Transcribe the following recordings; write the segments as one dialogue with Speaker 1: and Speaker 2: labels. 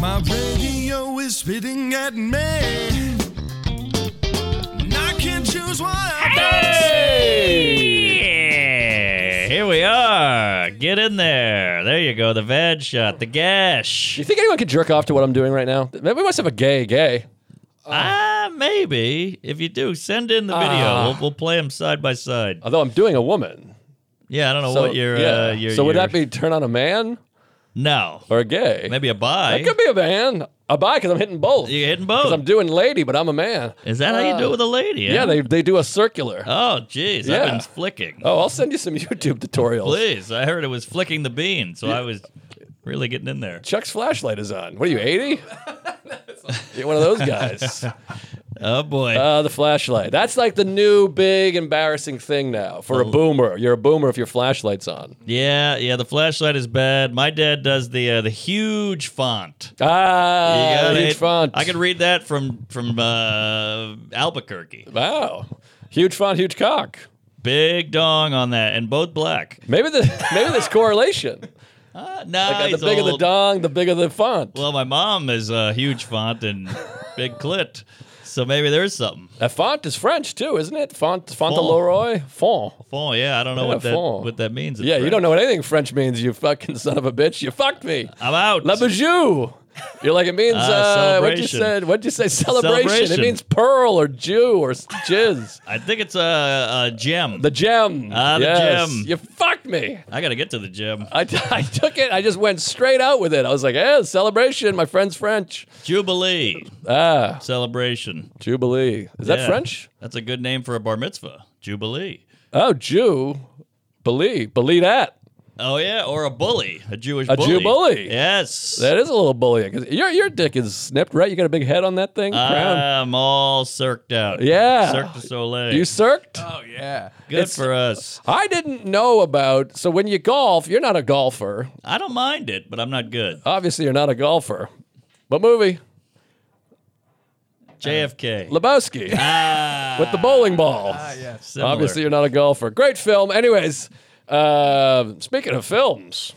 Speaker 1: My radio is spitting at me. And I can choose what I
Speaker 2: Hey! Here we are. Get in there. There you go. The veg shot. The gash.
Speaker 3: Do you think anyone could jerk off to what I'm doing right now? Maybe we must have a gay gay.
Speaker 2: Ah, maybe. If you do, send in the video.
Speaker 3: Ah.
Speaker 2: We'll, we'll play them side by side.
Speaker 3: Although I'm doing a woman.
Speaker 2: Yeah, I don't know what your
Speaker 3: yeah.
Speaker 2: uh, your.
Speaker 3: so would
Speaker 2: your-
Speaker 3: that be turn on a man
Speaker 2: no?
Speaker 3: or a gay?
Speaker 2: Maybe a buy.
Speaker 3: It could be a man. A bi, because I'm hitting both.
Speaker 2: You're hitting
Speaker 3: Because
Speaker 2: both.
Speaker 3: I'm doing lady, but I'm a man.
Speaker 2: Is that how you do it with a lady?
Speaker 3: Uh, Yeah,
Speaker 2: huh?
Speaker 3: they, they do a circular.
Speaker 2: Oh, jeez,
Speaker 3: Yeah.
Speaker 2: I've been flicking.
Speaker 3: Oh, I'll send you some YouTube tutorials.
Speaker 2: Please, I heard it was flicking the bean, so I was really getting in there.
Speaker 3: Chuck's flashlight is on.
Speaker 2: Uh,
Speaker 3: What are you, 80? You're one of those guys.
Speaker 2: Oh boy.
Speaker 3: Uh, the flashlight. That's like the new big embarrassing thing now for a
Speaker 2: Oh.
Speaker 3: boomer. You're a boomer if your flashlight's on.
Speaker 2: yeah, yeah. The flashlight is bad. My dad does the uh, the huge font. You
Speaker 3: Ah,
Speaker 2: gotta
Speaker 3: huge
Speaker 2: hit-
Speaker 3: font.
Speaker 2: I could read that from from uh, Albuquerque.
Speaker 3: Wow. Huge font, huge cock.
Speaker 2: Big dong on that, and both black.
Speaker 3: Maybe the maybe there's correlation.
Speaker 2: Uh, nah,
Speaker 3: Like,
Speaker 2: he's
Speaker 3: the bigger the
Speaker 2: old.
Speaker 3: dong, the bigger the font.
Speaker 2: Well, my mom is a huge font and big clit, so maybe there's something.
Speaker 3: a font is French too, isn't it? Font Fauntleroy font.
Speaker 2: Fond, yeah, I don't know
Speaker 3: Yeah,
Speaker 2: what that
Speaker 3: fond.
Speaker 2: what that means. in
Speaker 3: Yeah, you
Speaker 2: French.
Speaker 3: don't know what anything French means. You fucking son of a bitch. You fucked me.
Speaker 2: I'm out.
Speaker 3: La bijou. You're like it means uh,
Speaker 2: Ah,
Speaker 3: what you
Speaker 2: celebration.
Speaker 3: said. What you say? Celebration. It
Speaker 2: Celebration.
Speaker 3: means pearl or Jew or s- jizz.
Speaker 2: I think it's a, a gem.
Speaker 3: The gem.
Speaker 2: Ah, the
Speaker 3: Yes.
Speaker 2: gem.
Speaker 3: You fucked me.
Speaker 2: I gotta get to the gym.
Speaker 3: I, t- I took it. I just went straight out with it. I was like, "Yeah, celebration. My friend's French.
Speaker 2: Jubilee
Speaker 3: Ah,
Speaker 2: celebration.
Speaker 3: jubilee. Is that
Speaker 2: Yeah.
Speaker 3: French?
Speaker 2: That's a good name for a bar mitzvah. Jubilee.
Speaker 3: Oh, Jew. Believe. Believe that.
Speaker 2: Oh yeah, or a bully, a Jewish
Speaker 3: A
Speaker 2: bully.
Speaker 3: Jew bully.
Speaker 2: Yes.
Speaker 3: That is a little bullying. 'Cause Your your dick is snipped, right? You got a big head on that thing.
Speaker 2: Uh,
Speaker 3: Crown.
Speaker 2: I'm all circed out.
Speaker 3: Yeah.
Speaker 2: Cirque du Soleil.
Speaker 3: You circed?
Speaker 2: good for us.
Speaker 3: I didn't know about. So when you golf, you're not a golfer.
Speaker 2: I don't mind it, but I'm not good.
Speaker 3: Obviously, you're not a golfer. What movie?
Speaker 2: JFK.
Speaker 3: Lebowski with the bowling ball.
Speaker 2: Ah,
Speaker 4: Ah,
Speaker 2: Similar.
Speaker 3: Obviously, you're not a golfer. Great film. Anyways, uh, speaking of films,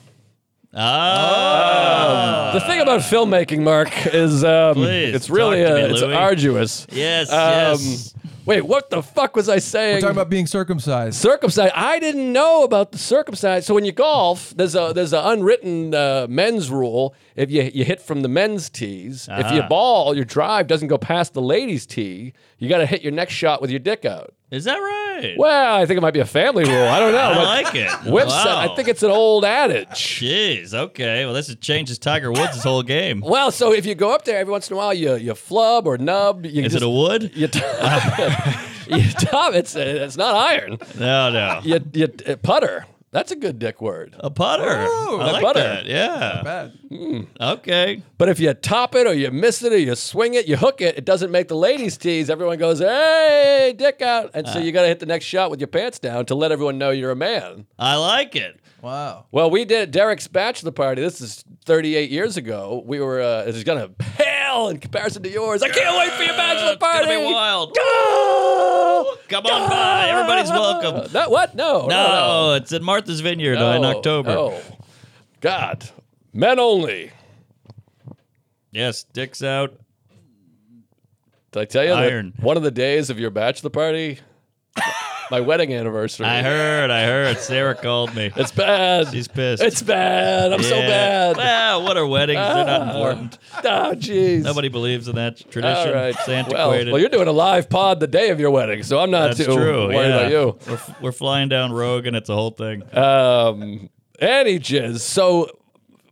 Speaker 3: uh,
Speaker 2: Ah.
Speaker 3: the thing about filmmaking, Mark, is um,
Speaker 2: Please,
Speaker 3: it's really
Speaker 2: talk to
Speaker 3: uh,
Speaker 2: me,
Speaker 3: it's
Speaker 2: Louis.
Speaker 3: arduous.
Speaker 2: Yes.
Speaker 3: Um,
Speaker 2: yes.
Speaker 3: Wait, what the fuck was I saying?
Speaker 4: We're talking about being circumcised.
Speaker 3: circumcised. I didn't know about the circumcised. So when you golf, there's a there's an unwritten uh, men's rule. If you you hit from the men's tees, if your
Speaker 2: Ah.
Speaker 3: ball, your drive doesn't go past the ladies' tee, you got to hit your next shot with your dick out.
Speaker 2: Is that right?
Speaker 3: Well, I think it might be a family rule. I don't know.
Speaker 2: I
Speaker 3: but
Speaker 2: like it.
Speaker 3: website.
Speaker 2: Wow.
Speaker 3: I think it's an old adage.
Speaker 2: Jeez. Okay. Well, this changes Tiger Woods' whole game.
Speaker 3: Well, so if you go up there every once in a while, you you flub or nub. You
Speaker 2: Is
Speaker 3: just,
Speaker 2: it a wood?
Speaker 3: you, t- you top. It's it's not iron.
Speaker 2: No, no.
Speaker 3: You you uh, putter. That's a good dick word.
Speaker 2: A putter. I
Speaker 3: Oh, a
Speaker 2: like
Speaker 3: putter.
Speaker 2: that. Yeah.
Speaker 4: Bad.
Speaker 2: Okay.
Speaker 3: But if you top it or you miss it or you swing it, you hook it, it doesn't make the ladies tease. Everyone goes, hey, dick out. And
Speaker 2: Ah.
Speaker 3: so you got to hit the next shot with your pants down to let everyone know you're a man.
Speaker 2: I like it.
Speaker 4: Wow.
Speaker 3: Well, we did at Derek's bachelor party. This is 38 years ago. We were, uh, it's going to pale in comparison to yours. I can't wait for your bachelor
Speaker 2: It's gonna
Speaker 3: party.
Speaker 2: be wild.
Speaker 3: Go! Uh,
Speaker 2: Come on by. Everybody's welcome.
Speaker 3: That, what? No.
Speaker 2: No, it's at Martha's Vineyard uh, in
Speaker 3: No.
Speaker 2: October.
Speaker 3: Oh, God. Men only.
Speaker 2: Yes, dicks out.
Speaker 3: Did I tell you
Speaker 2: Iron.
Speaker 3: that one of the days of your bachelor party, my wedding anniversary?
Speaker 2: I heard. I heard. Sarah called me.
Speaker 3: It's bad.
Speaker 2: She's pissed.
Speaker 3: It's bad. I'm so
Speaker 2: Yeah.
Speaker 3: bad. Ah.
Speaker 2: Well, what are weddings? They're not important.
Speaker 3: Oh, jeez.
Speaker 2: Nobody believes in that
Speaker 3: All
Speaker 2: tradition.
Speaker 3: right.
Speaker 2: It's
Speaker 3: Well,
Speaker 2: antiquated.
Speaker 3: well, you're doing a live pod the day of your wedding, so I'm not
Speaker 2: That's
Speaker 3: too
Speaker 2: true.
Speaker 3: worried
Speaker 2: yeah.
Speaker 3: about you.
Speaker 2: We're, f- we're flying down Rogue, and it's a whole thing.
Speaker 3: Um, any jizz. So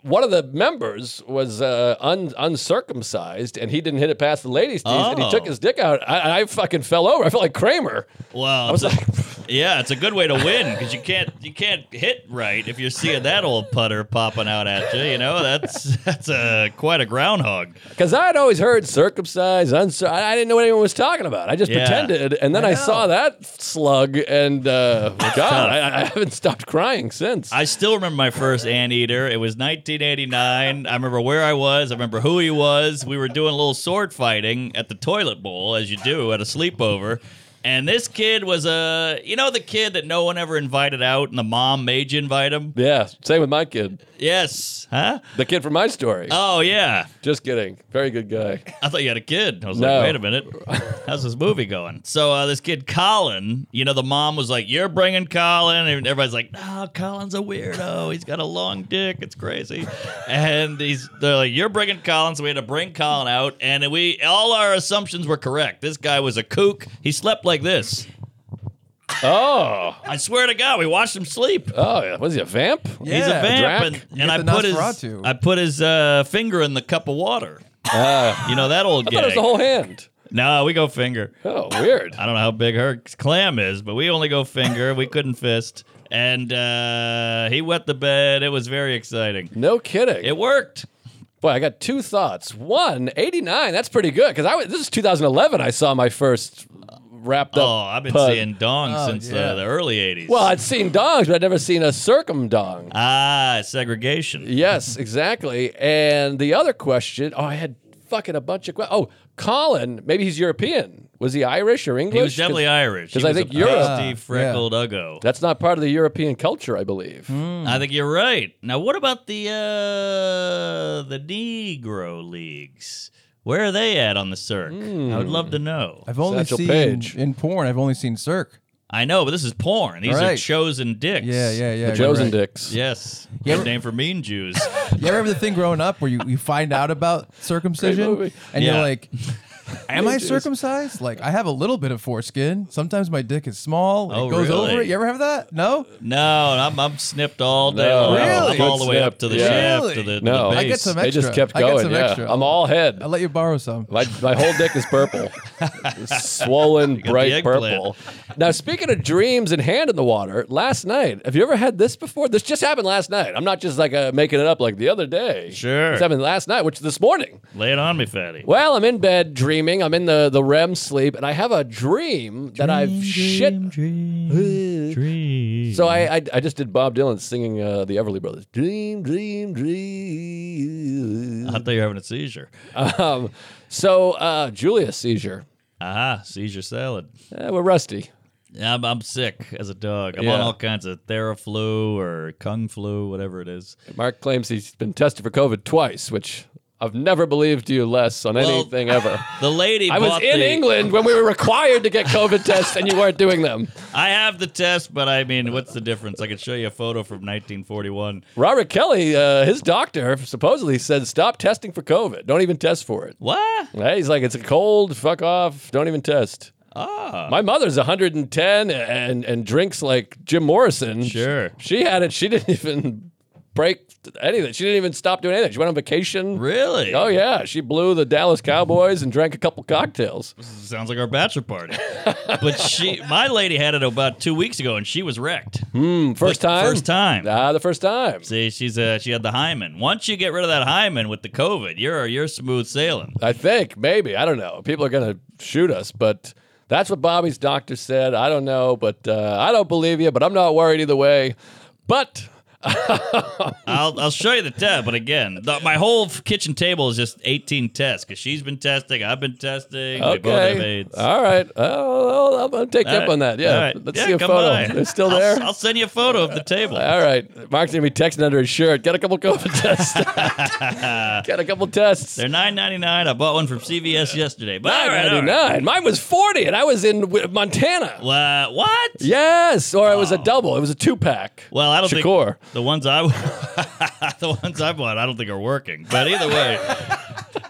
Speaker 3: one of the members was uh, un- uncircumcised, and he didn't hit it past the ladies' tees, and he
Speaker 2: Oh.
Speaker 3: took his dick out. I, I fucking fell over. I felt like Kramer.
Speaker 2: wow.
Speaker 3: I was like,
Speaker 2: Yeah, it's a good way to win because you can't you can't hit right if you're seeing that old putter popping out at you. You know that's that's a quite a groundhog.
Speaker 3: Because I'd always heard circumcised, uncir- I I didn't know what anyone was talking about. I just
Speaker 2: Yeah.
Speaker 3: pretended, and then I, saw that slug, and uh, God, I, I haven't stopped crying since.
Speaker 2: I still remember my first anteater. It was 1989. I remember where I was. I remember who he was. We were doing a little sword fighting at the toilet bowl, as you do at a sleepover. And this kid was a, you know, the kid that no one ever invited out, and the mom made you invite him.
Speaker 3: yeah, same with my kid,
Speaker 2: Yes, huh?
Speaker 3: the kid from my story.
Speaker 2: Oh yeah.
Speaker 3: just kidding, very good guy.
Speaker 2: I thought you had a kid. I was
Speaker 3: No.
Speaker 2: like, wait a minute. How's this movie going? So uh, this kid, Colin, you know, the mom was like, you're bringing Colin. And everybody's like, no, Colin's a weirdo. He's got a long dick. It's crazy. And he's, they're like, you're bringing Colin. So we had to bring Colin out. And we, all our assumptions were correct. This guy was a kook. He slept like this.
Speaker 3: Oh,
Speaker 2: I swear to God, we watched him sleep.
Speaker 3: oh, yeah. was he a vamp?
Speaker 2: He's a
Speaker 4: Yeah,
Speaker 2: vamp,
Speaker 3: Drac.
Speaker 2: and,
Speaker 4: You
Speaker 2: and I
Speaker 4: get the
Speaker 2: put his
Speaker 4: Nosferatu.
Speaker 2: I put his uh, finger in the cup of water. you know that old
Speaker 3: Uh. I thought it
Speaker 2: guy.
Speaker 3: Oh, was the whole hand.
Speaker 2: no, we go finger.
Speaker 3: Oh, weird.
Speaker 2: I don't know how big her clam is, but we only go finger. We couldn't fist. And uh, he wet the bed. It was very exciting.
Speaker 3: No kidding.
Speaker 2: It worked.
Speaker 3: Boy, I got two thoughts. One, 89, that's pretty good because I was, this is 2011. I saw my first wrapped up.
Speaker 2: Oh, I've been
Speaker 3: pug.
Speaker 2: seeing dong
Speaker 4: Oh,
Speaker 2: since
Speaker 4: yeah.
Speaker 2: uh, the early 80s.
Speaker 3: Well, I'd seen dongs, but I'd never seen a circumdong.
Speaker 2: ah, segregation.
Speaker 3: Yes, exactly. And the other question, oh, I had fucking a bunch of questions. Oh, Colin, maybe he's European. Was he Irish or English?
Speaker 2: He was
Speaker 3: 'Cause
Speaker 2: definitely Irish.
Speaker 3: 'cause
Speaker 2: He
Speaker 3: I
Speaker 2: was
Speaker 3: think
Speaker 2: a
Speaker 3: Europe-
Speaker 2: pasty,
Speaker 4: Ah,
Speaker 2: freckled uggo.
Speaker 3: That's not part of the European culture, I believe.
Speaker 4: Hmm.
Speaker 2: I think you're right. Now, what about the uh, the Negro leagues? Where are they at on the circ? I would love to know.
Speaker 4: Hmm. I've only
Speaker 3: Satchel
Speaker 4: seen
Speaker 3: Paige.
Speaker 4: in porn. I've only seen Cirque.
Speaker 2: I know, but this is porn. These are
Speaker 4: Right.
Speaker 2: chosen dicks.
Speaker 4: Yeah, yeah, yeah.
Speaker 3: The Joes
Speaker 4: right.
Speaker 3: and Dicks.
Speaker 2: Yes. Good
Speaker 4: You ever-
Speaker 2: name for mean Jews.
Speaker 4: You ever remember the thing growing up where you, you find out about circumcision
Speaker 3: movie.
Speaker 4: and
Speaker 2: Yeah.
Speaker 4: you're like, "Am I circumcised? Like I have a little bit of foreskin. Sometimes my dick is small.
Speaker 2: Oh,
Speaker 4: it goes
Speaker 2: really?
Speaker 4: over it. You ever have that? No.
Speaker 2: no, I'm, I'm snipped all day
Speaker 3: No.
Speaker 2: long.
Speaker 4: Really?
Speaker 2: I'm all the way
Speaker 3: Snipped,
Speaker 2: up to the
Speaker 3: yeah.
Speaker 2: shaft, to
Speaker 4: Really?
Speaker 2: the, to
Speaker 3: No.
Speaker 2: the base.
Speaker 3: I
Speaker 4: I get some extra.
Speaker 3: They just kept
Speaker 4: I get
Speaker 3: going.
Speaker 4: some
Speaker 3: yeah.
Speaker 4: extra.
Speaker 3: I'm all head.
Speaker 4: I'll let you borrow some.
Speaker 3: My, my whole dick is purple, swollen,
Speaker 2: the
Speaker 3: bright
Speaker 2: eggplant.
Speaker 3: purple. Now, speaking of dreams and hand in the water, last night, have you ever had this before? This just happened last night. I'm not just like uh, making it up like the other day.
Speaker 2: Sure.
Speaker 3: This happened last night, which this morning.
Speaker 2: Lay it on me, fatty.
Speaker 3: Well, I'm in bed dreaming. I'm in the, the REM sleep, and I have a dream that I've shit.
Speaker 2: dream, dream.
Speaker 3: So I, I I just did Bob Dylan singing uh, the Everly Brothers. Dream, dream, dream.
Speaker 2: I thought you were having a seizure.
Speaker 3: Um, so uh, Julia seizure.
Speaker 2: Aha, seizure salad.
Speaker 3: Eh, we're rusty.
Speaker 2: I'm, I'm sick as a dog. I'm on
Speaker 3: Yeah.
Speaker 2: all kinds of Theraflu or Kung Flu, whatever it is.
Speaker 3: Mark claims he's been tested for COVID twice, which I've never believed you less on
Speaker 2: Well,
Speaker 3: anything ever.
Speaker 2: The lady
Speaker 3: I was
Speaker 2: bought
Speaker 3: in
Speaker 2: the-
Speaker 3: England when we were required to get COVID tests and you weren't doing them.
Speaker 2: I have the test, but I mean, what's the difference? I could show you a photo from 1941.
Speaker 3: Robert Kelly, uh, his doctor, supposedly said, stop testing for COVID. Don't even test for it.
Speaker 2: What?
Speaker 3: Hey, he's like, it's a cold. Fuck off. Don't even test.
Speaker 2: Ah,
Speaker 3: My mother's 110 and, and drinks like Jim Morrison.
Speaker 2: Sure.
Speaker 3: She had it. She didn't even break anything. She didn't even stop doing anything. She went on vacation.
Speaker 2: really?
Speaker 3: Oh, yeah. She blew the Dallas Cowboys and drank a couple cocktails.
Speaker 2: Sounds like our bachelor party. but she, my lady, had it about two weeks ago, and she was wrecked.
Speaker 3: Hmm. First time?
Speaker 2: First time.
Speaker 3: Ah, the first time.
Speaker 2: See, she's uh, she had the hymen. Once you get rid of that hymen with the COVID, you're you're smooth sailing.
Speaker 3: I think, maybe. I don't know. People are going to shoot us, but that's what Bobby's doctor said. I don't know, but uh, I don't believe you, but I'm not worried either way. But
Speaker 2: I'll I'll show you the test, but again, the, my whole f- kitchen table is just 18 tests because she's been testing, I've been testing, we both have
Speaker 3: okay,
Speaker 2: AIDS.
Speaker 3: all right. Oh, well, I'm going to take you
Speaker 2: All
Speaker 3: up on that. Yeah,
Speaker 2: all right.
Speaker 3: let's
Speaker 2: Yeah,
Speaker 3: see a
Speaker 2: come
Speaker 3: photo.
Speaker 2: by.
Speaker 3: They're still
Speaker 2: I'll-
Speaker 3: there. Uh,
Speaker 2: I'll, send you a photo of the table.
Speaker 3: all right, Mark's gonna be texting under his shirt. Get a couple COVID tests. Get a couple tests.
Speaker 2: They're 9.99. I bought one from CVS yesterday. But all right, all
Speaker 3: Ninety
Speaker 2: right.
Speaker 3: nine. Mine was forty, and I was in Wi- Montana.
Speaker 2: Wha- what?
Speaker 3: Yes, or it was a double. It was a two pack.
Speaker 2: Well, I don't
Speaker 3: Shakur.
Speaker 2: think the ones I the ones I bought I don't think are working. But either way,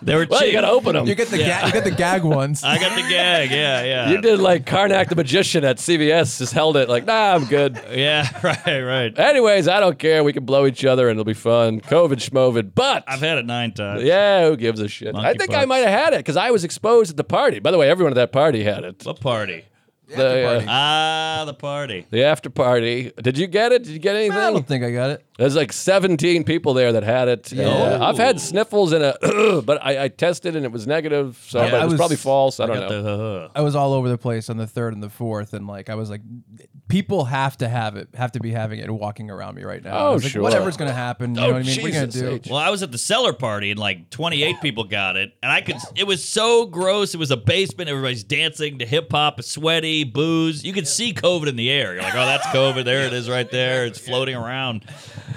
Speaker 2: they were
Speaker 3: Well,
Speaker 2: cheap.
Speaker 3: you gotta open them.
Speaker 4: You get the ga- you get the gag ones.
Speaker 2: I got the gag. Yeah, yeah.
Speaker 3: You did like Karnak the magician at CVS, just held it like, nah, I'm good.
Speaker 2: Yeah, right, right.
Speaker 3: Anyways, I don't care. We can blow each other and it'll be fun. COVID schmovid, but
Speaker 2: I've had it nine times.
Speaker 3: yeah, who gives a shit? I
Speaker 2: Monkey
Speaker 3: think I
Speaker 2: pox.
Speaker 3: might have had it because I was exposed at the party. By the way, everyone at that party had it.
Speaker 2: What party?
Speaker 3: the uh,
Speaker 4: party.
Speaker 2: Ah, the party.
Speaker 3: the after party. Did you get it? Did you get anything?
Speaker 4: I don't think I got it.
Speaker 3: There's like 17 people there that had it. and, uh,
Speaker 2: Oh.
Speaker 3: I've had sniffles and a, but I, I tested and it was negative, so
Speaker 4: Yeah,
Speaker 3: but it
Speaker 4: I
Speaker 3: was,
Speaker 4: was-
Speaker 3: probably false. I, don't know.
Speaker 2: Got the-
Speaker 4: I was all over the place on the third and the fourth, and like I was like, people have to have it, have to be having it, and walking around me right now. And I
Speaker 3: Oh,
Speaker 4: was like,
Speaker 3: sure.
Speaker 4: Whatever's gonna happen, you
Speaker 3: Oh,
Speaker 4: know what I mean? What are you gonna
Speaker 3: Jesus,
Speaker 4: do?
Speaker 3: H.
Speaker 2: Well, I was at the cellar party and like 28 people got it, and I could. It was so gross. It was a basement. Everybody's dancing to hip hop, sweaty, booze. You could see COVID in the air. You're like, oh, that's COVID. There it is, right there. It's floating around.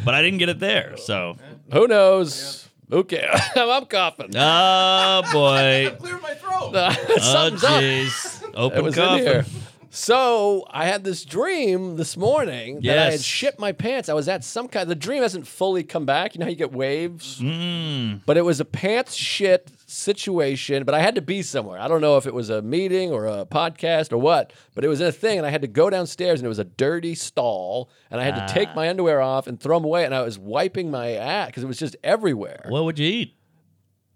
Speaker 2: But I didn't get it there. So,
Speaker 3: Who knows? Okay, I'm coughing.
Speaker 2: oh boy,
Speaker 4: Clear my throat.
Speaker 2: oh
Speaker 3: Something's up.
Speaker 2: jeez,
Speaker 3: It
Speaker 2: open
Speaker 3: was in here.
Speaker 2: coffin.
Speaker 3: So I had this dream this morning that I had
Speaker 2: Yes.
Speaker 3: shit my pants. I was at some kind. The dream hasn't fully come back. You know how you get waves,
Speaker 2: Mm-hmm.
Speaker 3: but it was a pants shit situation. But I had to be somewhere. I don't know if it was a meeting or a podcast or what, but it was a thing, and I had to go downstairs, and it was a dirty stall, and I had to
Speaker 2: Ah.
Speaker 3: take my underwear off and throw them away, and I was wiping my ass because it was just everywhere.
Speaker 2: What would you eat?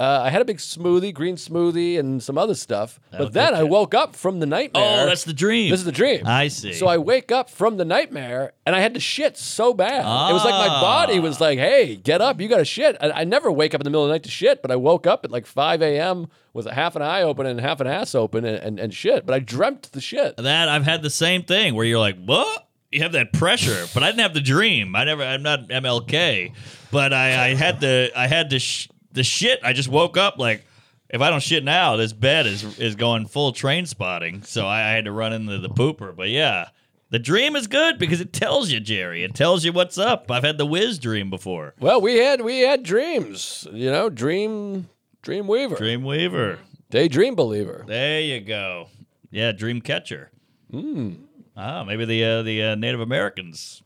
Speaker 3: Uh, I had a big smoothie, green smoothie, and some other stuff.
Speaker 2: That'll
Speaker 3: but then
Speaker 2: get
Speaker 3: I
Speaker 2: ya.
Speaker 3: woke up from the nightmare.
Speaker 2: Oh, that's the dream.
Speaker 3: This is the dream.
Speaker 2: I see.
Speaker 3: So I wake up from the nightmare and I had to shit so bad. It was like my
Speaker 2: Ah.
Speaker 3: body was like, hey, get up. You got to shit. I, I never wake up in the middle of the night to shit, but I woke up at like 5 a.m. with a half an eye open and half an ass open and, and, and shit. But I dreamt the shit.
Speaker 2: that I've had the same thing where you're like, what? You have that pressure, but I didn't have the dream. I never. I'm not MLK, but I, I had the I had the sh- the shit. I just woke up like, if I don't shit now, this bed is is going full train spotting. So I, I had to run into the pooper. But yeah, the dream is good because it tells you, Jerry. It tells you what's up. I've had the whiz dream before.
Speaker 3: Well, we had we had dreams, you know, dream dream weaver,
Speaker 2: Dream
Speaker 3: Mm.
Speaker 2: weaver.
Speaker 3: daydream believer.
Speaker 2: There you go. Yeah, dream catcher.
Speaker 3: Mm.
Speaker 2: Ah, maybe the uh, the uh, Native Americans.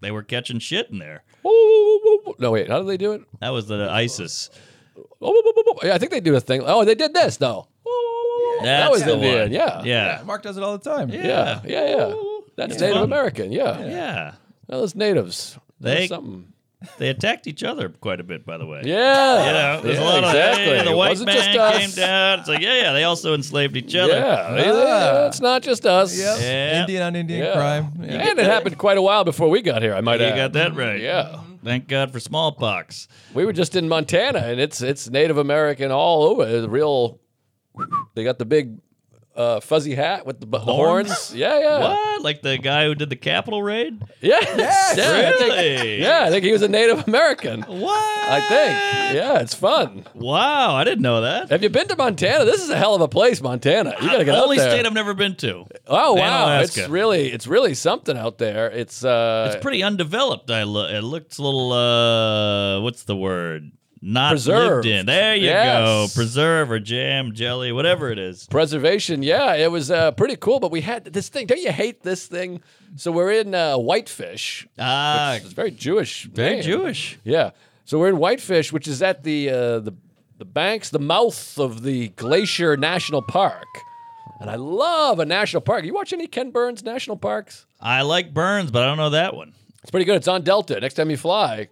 Speaker 2: They were catching shit in there.
Speaker 3: No, wait, how did they do it?
Speaker 2: That was the ISIS.
Speaker 3: I think they do a thing. Oh, they did this though.
Speaker 2: That's
Speaker 3: was
Speaker 2: the
Speaker 3: Indian,
Speaker 2: one.
Speaker 3: yeah.
Speaker 2: yeah,
Speaker 4: Mark does it all the time.
Speaker 3: Yeah, yeah, yeah. That's
Speaker 2: It's
Speaker 3: Native
Speaker 2: fun.
Speaker 3: American. Yeah.
Speaker 2: yeah.
Speaker 3: those natives. That was
Speaker 2: They-
Speaker 3: something.
Speaker 2: They attacked each other quite a bit, by the way.
Speaker 3: Yeah.
Speaker 2: You know, there's
Speaker 3: Yeah,
Speaker 2: a lot
Speaker 3: exactly.
Speaker 2: of hey, the
Speaker 3: It
Speaker 2: white
Speaker 3: wasn't just
Speaker 2: man
Speaker 3: us.
Speaker 2: came down. It's like, yeah, yeah, they also enslaved each other.
Speaker 3: Yeah, they-
Speaker 4: Ah.
Speaker 3: it's not just us.
Speaker 4: Yep.
Speaker 2: Yeah.
Speaker 4: Indian on Indian
Speaker 3: Yeah.
Speaker 4: crime. Yeah.
Speaker 3: And it happened quite a while before we got here. I might
Speaker 2: You
Speaker 3: add.
Speaker 2: got that right.
Speaker 3: Mm-hmm. Yeah,
Speaker 2: Thank God for smallpox.
Speaker 3: we were just in Montana, and it's it's Native American all over. It's real. They got the big uh, fuzzy hat with the, b- the horns. Yeah, yeah,
Speaker 2: What? Like the guy who did the Capitol raid?
Speaker 3: yeah, yeah. I think,
Speaker 2: Really?
Speaker 3: yeah, I think he was a Native American.
Speaker 2: What?
Speaker 3: I think. Yeah, it's fun.
Speaker 2: Wow, I didn't know that.
Speaker 3: Have you been to Montana? This is a hell of a place, Montana. You gotta get
Speaker 2: Only
Speaker 3: out there.
Speaker 2: state I've never been to.
Speaker 3: Oh
Speaker 2: Than
Speaker 3: wow,
Speaker 2: Alaska.
Speaker 3: it's really it's really something out there. It's uh
Speaker 2: It's pretty undeveloped. I lo- it looks a little uh what's the word? Not
Speaker 3: Preserved.
Speaker 2: lived in. There you go.
Speaker 3: Yes.
Speaker 2: Preserve or jam, jelly, whatever it is.
Speaker 3: preservation. Yeah, it was uh, pretty cool. But we had this thing. Don't you hate this thing? So we're in uh, Whitefish.
Speaker 2: Ah,
Speaker 3: It's very Jewish.
Speaker 2: very
Speaker 3: name.
Speaker 2: Jewish.
Speaker 3: Yeah. So we're in Whitefish, which is at the uh, the the banks, the mouth of the Glacier National Park. And I love a national park. You watch any Ken Burns national parks?
Speaker 2: I like Burns, but I don't know that one.
Speaker 3: It's pretty good. It's on Delta. Next time you fly,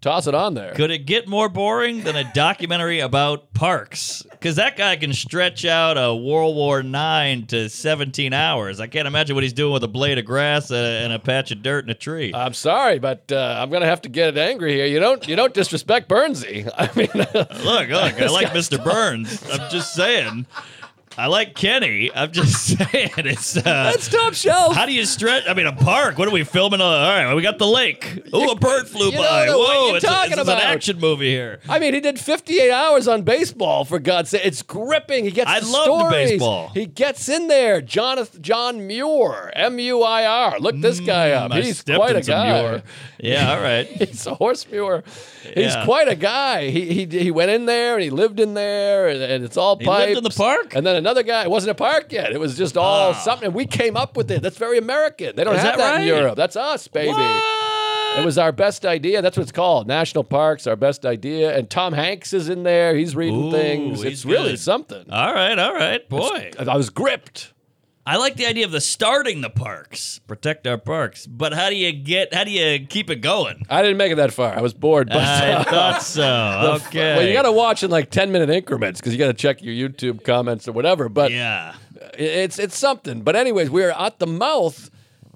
Speaker 3: toss it on there.
Speaker 2: Could it get more boring than a documentary about parks? Because that guy can stretch out a World War Nine to 17 hours. I can't imagine what he's doing with a blade of grass and a, and a patch of dirt and a tree.
Speaker 3: I'm sorry, but uh, I'm gonna have to get angry here. You don't you don't disrespect Bernsey. I mean,
Speaker 2: Look, look, I like Mr. Burns. I'm just saying. I like Kenny. I'm just saying. It's uh,
Speaker 3: that's top shelf.
Speaker 2: how do you stretch? I mean, a park. What are we filming? Uh, all right, we got the lake. Oh, a bird flew
Speaker 3: you
Speaker 2: by.
Speaker 3: don't know what
Speaker 2: Whoa,
Speaker 3: you're
Speaker 2: it's, a-
Speaker 3: talking
Speaker 2: this is
Speaker 3: about.
Speaker 2: an action movie here.
Speaker 3: I mean, he did 58 hours on baseball for God's sake. It's gripping. He gets.
Speaker 2: I
Speaker 3: the
Speaker 2: loved
Speaker 3: stories.
Speaker 2: baseball.
Speaker 3: He gets in there. Jonathan John Muir, M U I R. Look this guy up.
Speaker 2: Mm, I
Speaker 3: uh, He's
Speaker 2: stepped
Speaker 3: quite
Speaker 2: in
Speaker 3: a
Speaker 2: some
Speaker 3: guy.
Speaker 2: Muir. Yeah, all right.
Speaker 3: He's a horse muir. He's
Speaker 2: Yeah.
Speaker 3: quite a guy. He, he he went in there and he lived in there and, and it's all
Speaker 2: He lived
Speaker 3: pipes.
Speaker 2: in the park?
Speaker 3: And then another guy. It wasn't a park yet. It was just all
Speaker 2: Ah.
Speaker 3: something. And we came up with it. That's very American. They don't
Speaker 2: Is
Speaker 3: have that,
Speaker 2: that
Speaker 3: in
Speaker 2: right?
Speaker 3: Europe. That's us, baby. It was our best idea. That's what it's called. National parks, our best idea. And Tom Hanks is in there. He's reading
Speaker 2: Ooh,
Speaker 3: things.
Speaker 2: he's
Speaker 3: It's really
Speaker 2: good.
Speaker 3: something.
Speaker 2: All right, all right, boy.
Speaker 3: I was gripped.
Speaker 2: I like the idea of the starting the parks, protect our parks. But how do you get? How do you keep it going?
Speaker 3: I didn't make it that far. I was bored. But
Speaker 2: I thought so. Ah, Okay.
Speaker 3: Well, you got to watch in like 10 minute increments because you got to check your YouTube comments or whatever. But
Speaker 2: Yeah.
Speaker 3: It's it's something. But anyways, we are at the mouth.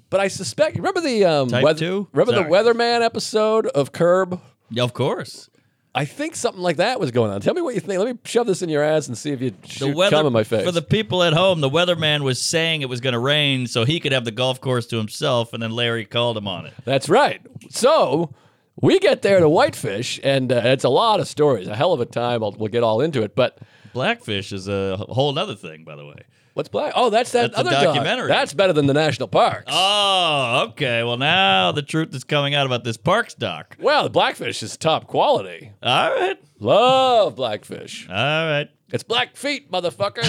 Speaker 3: But I suspect. Remember the um,
Speaker 2: Type
Speaker 3: weath-
Speaker 2: two?
Speaker 3: Remember the
Speaker 2: Sorry.
Speaker 3: weatherman episode of Curb.
Speaker 2: Yeah, of course.
Speaker 3: I think something like that was going on. Tell me what you think. Let me shove this in your ass and see if you
Speaker 2: The
Speaker 3: shoot
Speaker 2: weather
Speaker 3: cum in my face.
Speaker 2: for the people at home. The weatherman was saying it was going to rain, so he could have the golf course to himself, and then Larry called him on it.
Speaker 3: That's right. So we get there to Whitefish, and uh, it's a lot of stories, a hell of a time. I'll, we'll get all into it. But
Speaker 2: Blackfish is a whole other thing, by the way.
Speaker 3: what's black? Oh, that's that
Speaker 2: That's a
Speaker 3: other dog.
Speaker 2: documentary.
Speaker 3: That's better than the national parks.
Speaker 2: Oh, okay. Well, now the truth is coming out about this Parks doc.
Speaker 3: well, the Blackfish is top quality.
Speaker 2: All right,
Speaker 3: Love Blackfish.
Speaker 2: all right.
Speaker 3: It's black feet, motherfucker.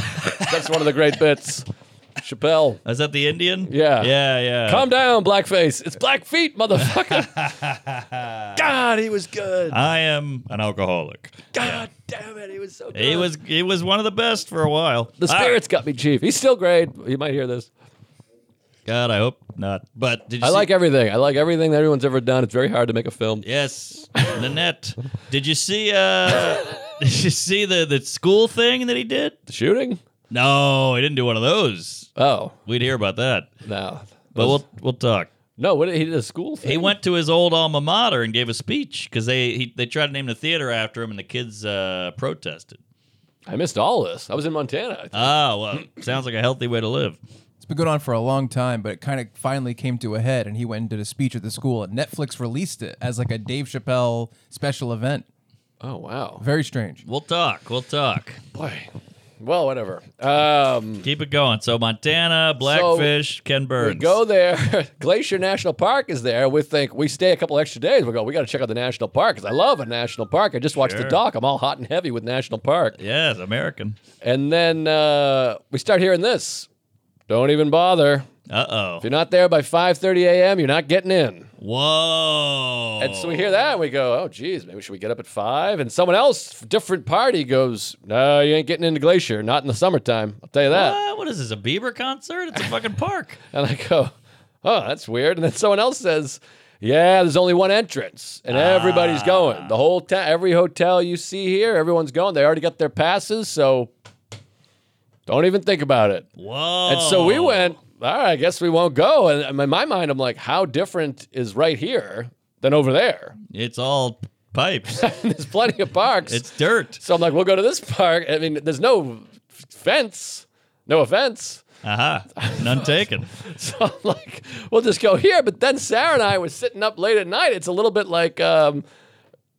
Speaker 3: that's one of the great bits. Chappelle.
Speaker 2: Is that the Indian?
Speaker 3: Yeah.
Speaker 2: yeah, yeah.
Speaker 3: Calm down, blackface. It's black feet, motherfucker. God, he was good.
Speaker 2: I am an alcoholic.
Speaker 3: God damn it, he was so good.
Speaker 2: He was he was one of the best for a while. Ah,
Speaker 3: The
Speaker 2: All right.
Speaker 3: spirits got me, Chief. He's still great. You might hear this.
Speaker 2: God, I hope not. But did you
Speaker 3: I
Speaker 2: see-
Speaker 3: like everything. I like everything that everyone's ever done. It's very hard to make a film.
Speaker 2: Yes, Nanette. did you see? Uh, did you see the the school thing that he did?
Speaker 3: The shooting?
Speaker 2: No, he didn't do one of those.
Speaker 3: Oh,
Speaker 2: We'd hear about that.
Speaker 3: no.
Speaker 2: But we'll we'll talk.
Speaker 3: no, what did he did a school thing?
Speaker 2: He went to his old alma mater and gave a speech because they he, they tried to name the theater after him, and the kids uh, protested.
Speaker 3: I missed all this. I was in Montana.
Speaker 2: Oh, well, sounds like a healthy way to live.
Speaker 4: It's been going on for a long time, but it kind of finally came to a head, and he went and did a speech at the school, and Netflix released it as like a Dave Chappelle special event.
Speaker 3: Oh wow,
Speaker 4: Very strange.
Speaker 2: We'll talk. We'll talk.
Speaker 3: boy. Well, whatever. Um,
Speaker 2: Keep it going. So Montana, Blackfish, Ken
Speaker 3: we
Speaker 2: Burns.
Speaker 3: go there. Glacier National Park is there. We think we stay a couple extra days. We go. We got to check out the national park because I love a national park. I just watched the
Speaker 2: Sure.
Speaker 3: doc. I'm all hot and heavy with national park.
Speaker 2: Yes, American.
Speaker 3: And then uh, we start hearing this. Don't even bother.
Speaker 2: Uh
Speaker 3: If
Speaker 2: oh.
Speaker 3: you're not there by 5:30 a.m., you're not getting in.
Speaker 2: Whoa.
Speaker 3: And so we hear that and we go, "Oh geez, maybe should we get up at 5?" And someone else, different party goes, "No, you ain't getting into Glacier, not in the summertime. I'll tell you that."
Speaker 2: What? what is this? A Bieber concert? It's a fucking park.
Speaker 3: And I go, "Oh, that's weird." And then someone else says, "Yeah, there's only one entrance, and everybody's going. The whole town, every hotel you see here, everyone's going. They already got their passes, so don't even think about it."
Speaker 2: Whoa.
Speaker 3: And so we went, all right, I guess we won't go. And in my mind, I'm like, how different is right here than over there?
Speaker 2: It's all pipes.
Speaker 3: There's plenty of parks.
Speaker 2: it's dirt.
Speaker 3: so I'm like, we'll go to this park. I mean, there's no f- fence, no offense.
Speaker 2: Aha. None taken.
Speaker 3: So I'm like, we'll just go here. But then Sarah and I were sitting up late at night. It's a little bit like um,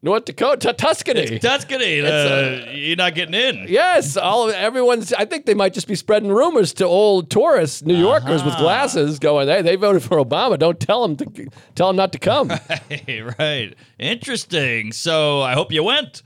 Speaker 3: North Dakota, Tuscany.
Speaker 2: Tuscany. Uh, you're not getting in.
Speaker 3: Yes, all of everyone's. I think they might just be spreading rumors to old tourists, New Yorkers
Speaker 2: Uh-huh.
Speaker 3: with glasses, going, "Hey, they voted for Obama. Don't tell them to tell them not to come."
Speaker 2: right. Interesting. So I hope you went.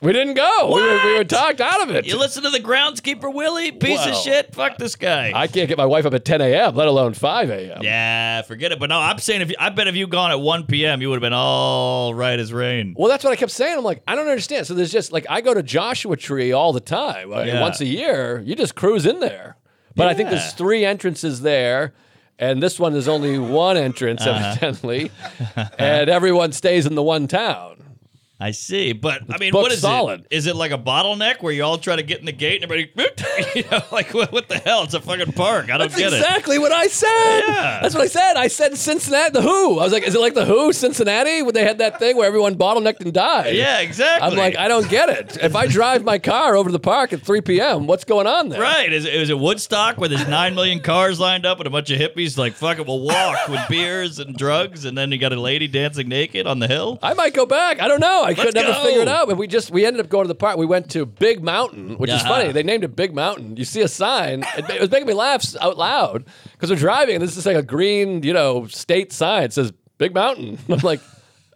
Speaker 3: we didn't go. We were, we were talked out of it.
Speaker 2: You listen to the groundskeeper Willie, piece of
Speaker 3: Well,
Speaker 2: shit. Fuck this guy.
Speaker 3: I can't get my wife up at 10 a.m., let alone 5 a.m.
Speaker 2: yeah, forget it. But no, I'm saying if you, I bet if you gone at 1 p.m., you would have been all right as rain.
Speaker 3: Well, that's what I kept saying. I'm like, I don't understand. So there's just like I go to Joshua Tree all the time. I mean,
Speaker 2: Yeah.
Speaker 3: Once a year, you just cruise in there. But I think
Speaker 2: Yeah.
Speaker 3: there's three entrances there, and this one is only one entrance,
Speaker 2: Uh-huh.
Speaker 3: evidently, and everyone stays in the one town.
Speaker 2: I see, but I mean,
Speaker 3: booked
Speaker 2: what is
Speaker 3: solid.
Speaker 2: it? Is it like a bottleneck where you all try to get in the gate and everybody, you know, like what, what the hell? It's a fucking park. I don't
Speaker 3: That's
Speaker 2: get it.
Speaker 3: exactly what I said.
Speaker 2: Yeah.
Speaker 3: That's what I said. I said Cincinnati, the Who. I was like, is it like the Who, Cincinnati, when they had that thing where everyone bottlenecked and died?
Speaker 2: Yeah, exactly.
Speaker 3: I'm like, I don't get it. If I drive my car over to the park at 3 p.m., what's going on there?
Speaker 2: Right. Is, is it Woodstock where there's 9 million cars lined up and a bunch of hippies like, fuck it, we'll walk with beers and drugs. And then you got a lady dancing naked on the hill?
Speaker 3: I might go back. I don't know. I could
Speaker 2: Let's
Speaker 3: never
Speaker 2: go.
Speaker 3: figure it out. But we just we ended up going to the park. We went to Big Mountain, which is
Speaker 2: Uh-huh.
Speaker 3: funny. They named it Big Mountain. You see a sign. It, it was making me laugh out loud because we're driving and this is like a green, you know, state sign. It says Big Mountain. I'm like,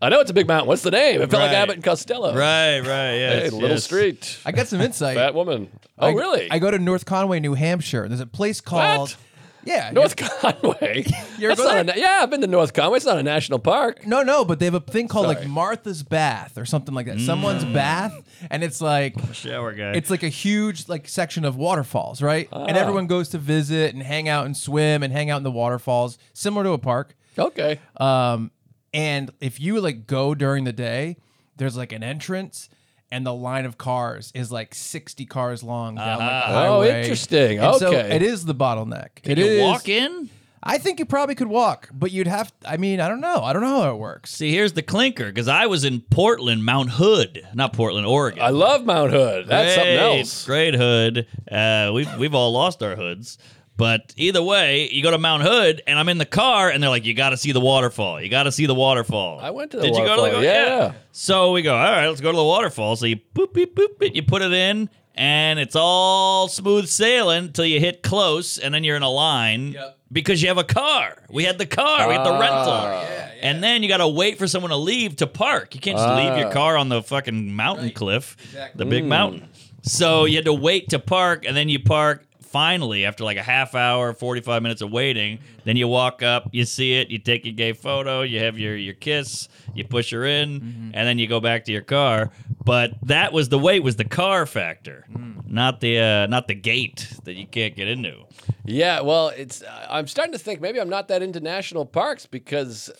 Speaker 3: I know it's a big mountain. What's the name? It felt like
Speaker 2: Right.
Speaker 3: Abbott and Costello.
Speaker 2: Right, right. Yeah.
Speaker 3: Hey, little street.
Speaker 4: I got some insight.
Speaker 3: Fat woman. Oh,
Speaker 4: I-
Speaker 3: really?
Speaker 4: I go to North Conway, New Hampshire. There's a place called.
Speaker 3: What?
Speaker 4: Yeah.
Speaker 3: North Conway.
Speaker 4: You're
Speaker 3: That's
Speaker 4: going
Speaker 3: not a
Speaker 4: there?
Speaker 3: na- yeah, I've been to North Conway. It's not a national park.
Speaker 4: No, no, but they have a thing called
Speaker 3: Sorry. Mm.
Speaker 4: like Martha's Bath or something like that. Someone's bath, and it's like
Speaker 3: Oh,
Speaker 2: Shower guy.
Speaker 4: it's like a huge like section of waterfalls, right? And
Speaker 3: Ah.
Speaker 4: everyone goes to visit and hang out and swim and hang out in the waterfalls, similar to a park.
Speaker 3: Okay.
Speaker 4: Um, and if you like go during the day, there's like an entrance, and the line of cars is like 60 cars long down like the
Speaker 3: Uh-huh. Oh,
Speaker 4: highway.
Speaker 3: interesting.
Speaker 4: And so
Speaker 3: Okay.
Speaker 4: it is the bottleneck. It
Speaker 2: you
Speaker 4: is-
Speaker 2: walk in.
Speaker 4: I think you probably could walk, but you'd have. I mean, I don't know. I don't know how it works.
Speaker 2: See, here's the clinker because I was in Portland, Mount Hood, not Portland, Oregon.
Speaker 3: I love Mount Hood. That's something
Speaker 2: Great,
Speaker 3: else.
Speaker 2: Great hood. Uh, we've we've all lost our hoods. But either way, you go to Mount Hood, and I'm in the car, and they're like, "You got to see the waterfall. You got to see the waterfall."
Speaker 3: I went to the
Speaker 2: Did you go to
Speaker 3: waterfall,
Speaker 2: the
Speaker 3: yeah.
Speaker 2: So we go. All right, let's go to the waterfall. So you boop beep boop beep. You put it in, and it's all smooth sailing until you hit close, and then you're in a line
Speaker 4: Yep.
Speaker 2: because you have a car. We had the car. we had the rental.
Speaker 3: Ah.
Speaker 2: And then you got to wait for someone to leave to park. You can't just leave
Speaker 3: Ah.
Speaker 2: your car on the fucking mountain cliff, the big mountain.
Speaker 3: Mm.
Speaker 2: So you had to wait to park, and then you park finally after like a half hour, 45 minutes of waiting. Then you walk up, you see it, you take your gay photo, you have your, your kiss, you push her in, and then you go back to your car. But that was the wait was the car factor, not the uh, not the gate that you can't get into.
Speaker 3: Yeah, well, it's. Uh, I'm starting to think maybe I'm not that into national parks because uh,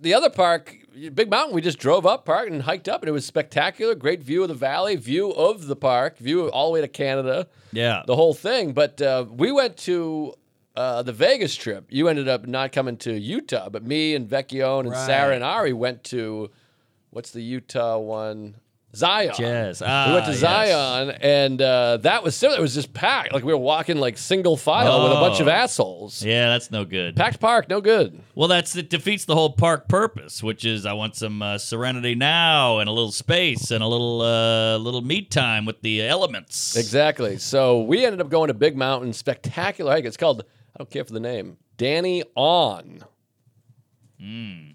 Speaker 3: the other park, Big Mountain, we just drove up, parked, and hiked up, and it was spectacular. Great view of the valley, view of the park, view all the way to Canada,
Speaker 2: Yeah.
Speaker 3: the whole thing. But uh, we went to uh, the Vegas trip. You ended up not coming to Utah, but me and Vecchione and Sarah and Ari went to what's the Utah one? Zion.
Speaker 2: Yes.
Speaker 3: we went
Speaker 2: Ah,
Speaker 3: to
Speaker 2: yes.
Speaker 3: Zion, and uh, that was similar. It was just packed. Like we were walking like single file with a bunch
Speaker 2: Oh.
Speaker 3: of assholes.
Speaker 2: yeah, that's no good.
Speaker 3: Packed park, no good.
Speaker 2: Well, that's it defeats the whole park purpose, which is I want some uh, serenity now and a little space and a little uh, little meet time with the elements.
Speaker 3: Exactly. So we ended up going to Big Mountain, spectacular hike. It's called. I don't care for the name. Danny on. Danny,
Speaker 2: Hmm.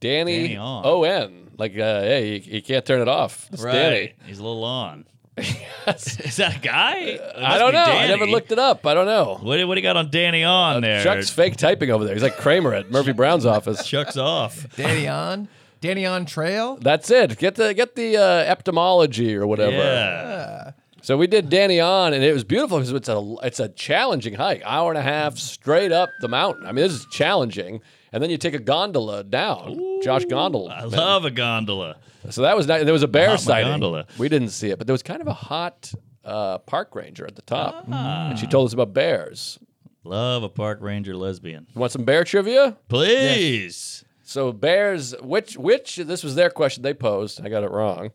Speaker 2: Danny On.
Speaker 3: O N. Like, uh, hey, you, you can't turn it off. It's Danny.
Speaker 2: Right. He's a little on. Is that a guy? It
Speaker 3: Uh, I
Speaker 2: must
Speaker 3: don't
Speaker 2: be
Speaker 3: know. I
Speaker 2: Danny.
Speaker 3: never looked it up. I don't know.
Speaker 2: What do, what do you got on Danny on there?
Speaker 3: Chuck's fake typing over there. He's like Kramer at Murphy Brown's office.
Speaker 2: Chuck's off.
Speaker 4: Danny on, Danny on trail.
Speaker 3: That's it. Get the get the uh, eptomology or whatever.
Speaker 2: Yeah.
Speaker 3: So we did Danny on, and it was beautiful because it's a it's a challenging hike, hour and a half straight up the mountain. I mean, this is challenging. And then you take a gondola down, Josh Gondola.
Speaker 2: I love a gondola.
Speaker 3: So that was nice. There was a bear
Speaker 2: Hot
Speaker 3: sighting.
Speaker 2: gondola.
Speaker 3: We didn't see it, but there was kind of a hot uh, park ranger at the top,
Speaker 2: Ah.
Speaker 3: and she told us about bears.
Speaker 2: Love a park ranger lesbian.
Speaker 3: You want some bear trivia?
Speaker 2: Please.
Speaker 3: So bears, which which this was their question they posed. I got it wrong.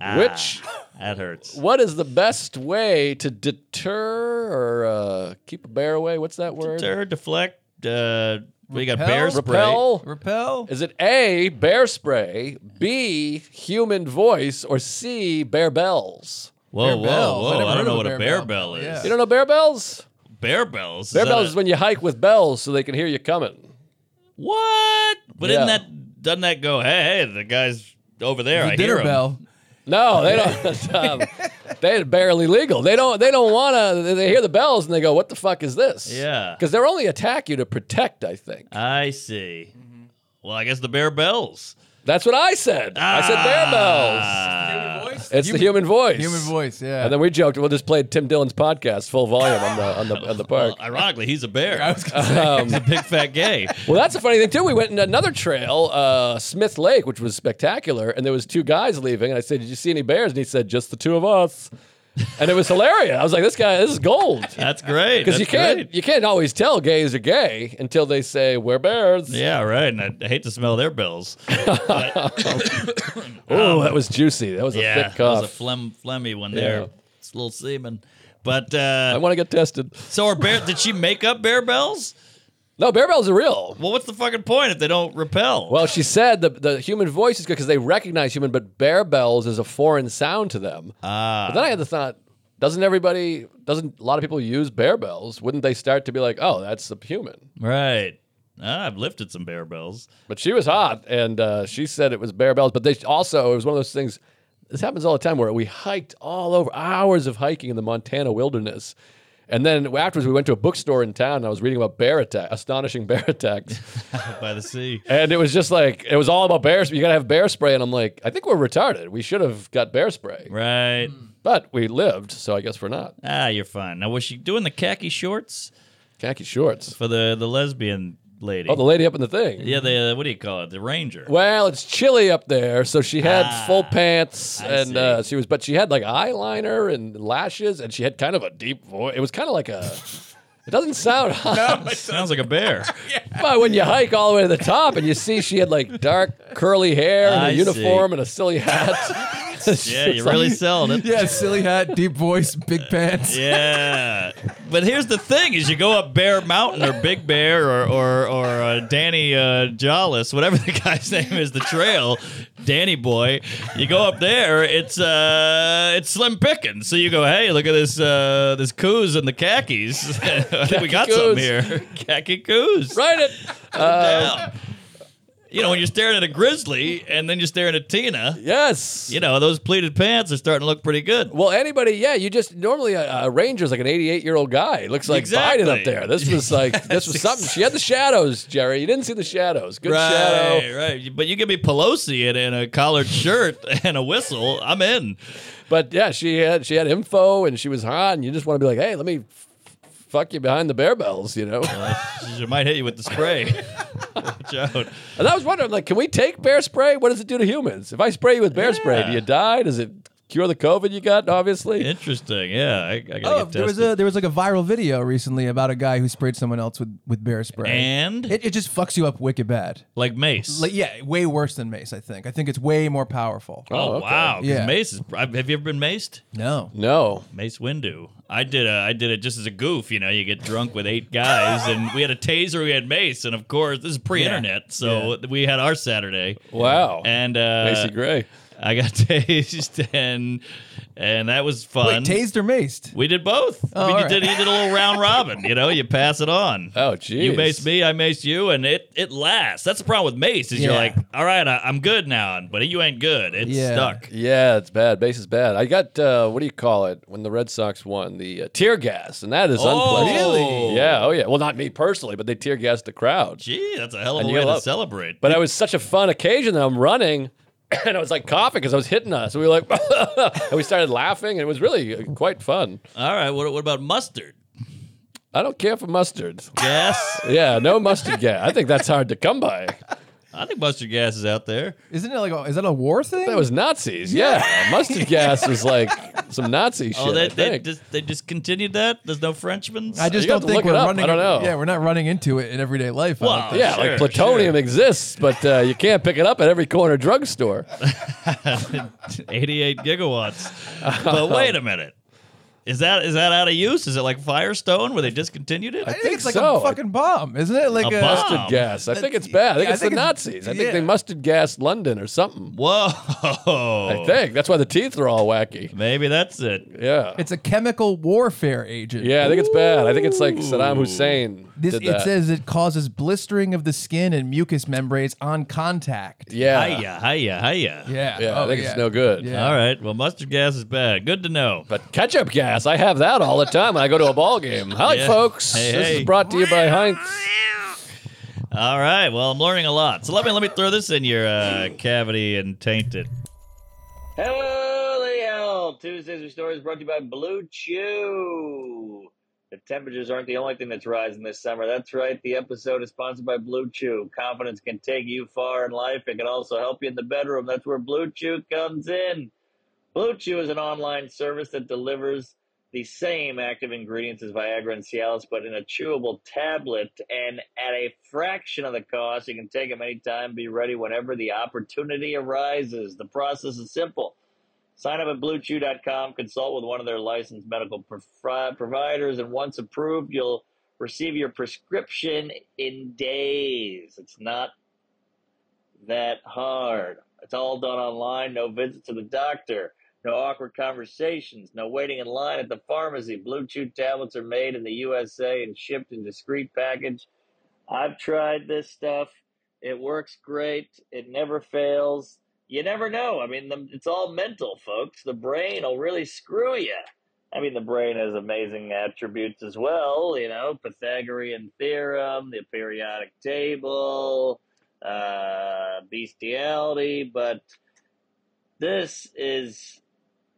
Speaker 2: Ah.
Speaker 3: Which
Speaker 2: That hurts.
Speaker 3: what is the best way to deter or uh, keep a bear away? What's that word?
Speaker 2: Deter, deflect. Uh, we got
Speaker 4: Repel?
Speaker 2: bear spray.
Speaker 3: Repel.
Speaker 4: Repel.
Speaker 3: Is it A, bear spray, B, human voice, or C, bear bells?
Speaker 2: Whoa,
Speaker 4: Bear bells. I
Speaker 2: whoa, whoa!
Speaker 4: never
Speaker 2: I,
Speaker 4: heard
Speaker 2: don't
Speaker 4: of
Speaker 2: know
Speaker 4: a
Speaker 2: what a
Speaker 4: bear
Speaker 2: bear
Speaker 4: bell.
Speaker 2: bell is.
Speaker 4: Yeah.
Speaker 3: You don't know bear bells?
Speaker 2: Ber bells.
Speaker 3: Bear
Speaker 2: that
Speaker 3: bells
Speaker 2: a-
Speaker 3: is when you hike with bells so they can hear you coming.
Speaker 2: what? But isn't
Speaker 3: Yeah.
Speaker 2: that doesn't that go? Hey, hey, the guy's over there. I
Speaker 4: The
Speaker 2: hear
Speaker 4: dinner
Speaker 2: him.
Speaker 4: bell.
Speaker 3: No, they don't. um, they're barely legal. They don't. They don't want to. They hear the bells and they go, "What the fuck is this?"
Speaker 2: Yeah.
Speaker 3: because they're only attack you to protect. I think
Speaker 2: I see. Well, I guess the bear bells.
Speaker 3: that's what I said. I said bear
Speaker 2: Ah.
Speaker 3: bells. It's the human voice.
Speaker 4: Human voice. Yeah.
Speaker 3: And then we joked, we'll just play Tim Dillon's podcast full volume on the on the on the park.
Speaker 2: Well, ironically, he's a bear.
Speaker 4: I was gonna say,
Speaker 2: he's a big fat gay.
Speaker 3: Well, that's a funny thing too. We went in another trail, uh, Smith Lake, which was spectacular, and there was two guys leaving. And I said, "Did you see any bears?" And he said, "Just the two of us." And it was hilarious. I was like, "This guy, this is gold."
Speaker 2: That's great.
Speaker 3: Because
Speaker 2: That's
Speaker 3: you can't
Speaker 2: great.
Speaker 3: you can't always tell gays are gay until they say we're bears.
Speaker 2: Yeah, right. And I, I hate to smell their bells.
Speaker 3: Oh, that was juicy. That was a
Speaker 2: yeah,
Speaker 3: thick
Speaker 2: that was
Speaker 3: cuff.
Speaker 2: a phlegm, phlegmy one
Speaker 3: Yeah.
Speaker 2: there. It's a little semen. But
Speaker 3: I
Speaker 2: uh,
Speaker 3: want to get tested.
Speaker 2: so, are bear? Did she make up bear bells?
Speaker 3: No, bear bells are real.
Speaker 2: Well, what's the fucking point if they don't repel?
Speaker 3: Well, she said the the human voice is good because they recognize human, but bear bells is a foreign sound to them. Ah. But then I had the thought: Doesn't everybody? Doesn't a lot of people use bear bells? Wouldn't they start to be like, "Oh, that's the human"?
Speaker 2: Right. Ah, I've lifted some bear bells.
Speaker 3: But she was hot, and uh, she said it was bear bells. But they also it was one of those things. This happens all the time where we hiked all over hours of hiking in the Montana wilderness, and then afterwards we went to a bookstore in town. and I was reading about bear attack, astonishing bear attacks,
Speaker 2: by the sea.
Speaker 3: and it was just like it was all about bears. You gotta have bear spray, and I'm like, I think we're retarded. We should have got bear spray,
Speaker 2: Right.
Speaker 4: Hmm.
Speaker 3: but we lived, so I guess we're not.
Speaker 2: Ah, you're fine. Now was she doing the khaki shorts
Speaker 3: Khaki shorts.
Speaker 2: for the the lesbian lady.
Speaker 3: Oh, the lady up in the thing.
Speaker 2: yeah, the what do you call it? The ranger.
Speaker 3: Well, it's chilly up there, so she had
Speaker 2: Ah,
Speaker 3: full pants,
Speaker 2: I
Speaker 3: and
Speaker 2: see.
Speaker 3: uh, she was, but she had like eyeliner and lashes, and she had kind of a deep voice. It was kind of like a. It doesn't sound hot,
Speaker 2: Sounds like a bear.
Speaker 3: but when you hike all the way to the top and you see she had like dark curly hair and
Speaker 2: I
Speaker 3: a
Speaker 2: see.
Speaker 3: uniform and a silly hat.
Speaker 2: yeah, you really selling it.
Speaker 4: Yeah, silly hat, deep voice, big pants.
Speaker 2: Yeah. But here's the thing: is you go up Bear Mountain or Big Bear or or, or uh, Danny uh, Jollis, whatever the guy's name is, the trail, Danny Boy. You go up there, it's uh, it's slim pickings. So you go, hey, look at this uh, this coos in the khakis. I think we got
Speaker 3: Khaki
Speaker 2: something
Speaker 3: coos.
Speaker 2: here, khaki coos.
Speaker 3: Right it.
Speaker 2: down. You know, when you're staring at a grizzly and then you're staring at Tina,
Speaker 3: Yes.
Speaker 2: you know those pleated pants are starting to look pretty good.
Speaker 3: Well, anybody, yeah, you just normally a, a ranger's like an 88 year old guy. It looks like Biden
Speaker 2: Exactly.
Speaker 3: up there. This was like this was something. She had the shadows, Jerry. You didn't see the shadows. Good
Speaker 2: right,
Speaker 3: shadow.
Speaker 2: right. But you give me Pelosi in, in a collared shirt and a whistle, I'm in.
Speaker 3: But yeah, she had she had info and she was hot, and you just want to be like, hey, let me f- fuck you behind the bear bells, you know. and
Speaker 2: She might hit you with the spray. Watch out.
Speaker 3: I was wondering, like, can we take bear spray? What does it do to humans? If I spray you with bear spray, do
Speaker 2: Yeah.
Speaker 3: you die? Does it cure the COVID you got? Obviously.
Speaker 2: Interesting. Yeah, I, I gotta
Speaker 4: Oh,
Speaker 2: get
Speaker 4: there was
Speaker 2: tested.
Speaker 4: a there was like a viral video recently about a guy who sprayed someone else with, with bear spray.
Speaker 2: and
Speaker 4: it, it just fucks you up wicked bad.
Speaker 2: like mace.
Speaker 4: Like yeah, way worse than mace. I think. I think it's way more powerful.
Speaker 3: Oh,
Speaker 2: oh,
Speaker 3: okay.
Speaker 2: wow! 'cause
Speaker 4: Yeah.
Speaker 2: Mace is. Have you ever been maced?
Speaker 4: No.
Speaker 3: no.
Speaker 2: Mace Windu. I did a, I did it just as a goof, you know. You get drunk with eight guys, and we had a taser, we had Mace, and of course this is pre-internet, so we had our Saturday,
Speaker 3: Wow.
Speaker 2: and uh,
Speaker 3: Macy Gray.
Speaker 2: I got tased, and and that was fun.
Speaker 4: Wait, tased or maced?
Speaker 2: we did both.
Speaker 4: Oh,
Speaker 2: we
Speaker 4: all
Speaker 2: did.
Speaker 4: right.
Speaker 2: He did a little round robin, you know. You pass it on.
Speaker 3: Oh, geez.
Speaker 2: You mace me, I mace you, and it it lasts. That's the problem with mace is you're
Speaker 4: Yeah.
Speaker 2: like, all right, I, I'm good now, but you ain't good. It's
Speaker 4: Yeah.
Speaker 2: stuck.
Speaker 3: Yeah, it's bad. Base is bad. I got uh, what do you call it when the Red Sox won the uh, tear gas, and that is
Speaker 2: Oh,
Speaker 3: unpleasant.
Speaker 2: Really?
Speaker 3: Yeah. Oh yeah. Well, not me personally, but they tear gassed the crowd.
Speaker 2: Gee, that's a hell of
Speaker 3: And
Speaker 2: a
Speaker 3: you
Speaker 2: way
Speaker 3: gotta
Speaker 2: to
Speaker 3: love-
Speaker 2: celebrate.
Speaker 3: But it was such a fun occasion that I'm running, and I was like coughing because I was hitting us. And we were like, and we started laughing, and it was really uh, quite fun.
Speaker 2: all right, what, what about mustard?
Speaker 3: I don't care for mustard.
Speaker 2: Gas.
Speaker 3: Yeah, no mustard gas. I think that's hard to come by.
Speaker 2: I think mustard gas is out there.
Speaker 4: Isn't it like a, is that a war thing?
Speaker 3: That was Nazis. Yeah, mustard gas was like some Nazi shit.
Speaker 2: Oh, they,
Speaker 3: I
Speaker 2: they,
Speaker 3: think.
Speaker 2: dis they discontinued that? There's no Frenchman's?
Speaker 4: I just
Speaker 3: You have
Speaker 4: don't
Speaker 3: to
Speaker 4: think
Speaker 3: look
Speaker 4: we're
Speaker 3: it up.
Speaker 4: running.
Speaker 3: I don't know.
Speaker 4: Yeah, we're not running into it in everyday life. I don't
Speaker 2: Well,
Speaker 4: think.
Speaker 3: Yeah,
Speaker 2: Sure,
Speaker 3: like plutonium exists, but uh, you can't pick it up at every corner drugstore.
Speaker 2: 88 gigawatts. But wait a minute. Is that is that out of use? Is it like Firestone where they discontinued it?
Speaker 4: I
Speaker 3: think
Speaker 4: think it's like
Speaker 3: so.
Speaker 4: a fucking bomb, isn't it? Like
Speaker 2: A
Speaker 4: a,
Speaker 2: bomb?
Speaker 3: Mustard gas. I
Speaker 4: That's-
Speaker 3: think it's bad. I think
Speaker 4: yeah, I
Speaker 3: it's
Speaker 4: think
Speaker 3: the
Speaker 4: it's-
Speaker 3: Nazis. I think they
Speaker 4: yeah.
Speaker 3: mustard gas London or something.
Speaker 2: Whoa.
Speaker 3: I think that's why the teeth are all wacky.
Speaker 2: Maybe that's it.
Speaker 3: Yeah,
Speaker 4: It's a chemical warfare agent.
Speaker 3: yeah. I think it's bad. I think it's like Saddam Hussein
Speaker 4: This,
Speaker 3: did
Speaker 4: it
Speaker 3: that.
Speaker 4: says it causes blistering of the skin and mucus membranes on contact.
Speaker 3: yeah,
Speaker 2: Hiya, hiya, hiya.
Speaker 4: Yeah.
Speaker 3: yeah.
Speaker 4: Oh,
Speaker 3: I think
Speaker 4: yeah.
Speaker 3: it's no good.
Speaker 4: Yeah.
Speaker 2: All right. Well, mustard gas is bad. Good to know.
Speaker 3: But ketchup gas, I have that all the time when I go to a ball game. Hi,
Speaker 2: Yeah.
Speaker 3: folks.
Speaker 2: Hey,
Speaker 3: this
Speaker 2: hey.
Speaker 3: is brought to you by Heinz.
Speaker 2: All right. Well, I'm learning a lot. So let me let me throw this in your uh, cavity and taint it.
Speaker 5: Holy hell! Tuesdays with Stories brought to you by Blue Chew. The temperatures aren't the only thing that's rising this summer. That's right. The episode is sponsored by Blue Chew. Confidence can take you far in life. It can also help you in the bedroom. That's where Blue Chew comes in. Blue Chew is an online service that delivers the same active ingredients as Viagra and Cialis, but in a chewable tablet and at a fraction of the cost. You can take them anytime, be ready whenever the opportunity arises. The process is simple. Sign up at bluechew.com, consult with one of their licensed medical provi- providers, and once approved, you'll receive your prescription in days. It's not that hard. It's all done online, no visits to the doctor, no awkward conversations, no waiting in line at the pharmacy. Blue Chew tablets are made in the USA and shipped in discreet package. I've tried this stuff. It works great. It never fails. You never know. I mean, the, it's all mental, folks. The brain will really screw you. I mean, the brain has amazing attributes as well, you know, Pythagorean theorem, the periodic table, uh, bestiality, but this is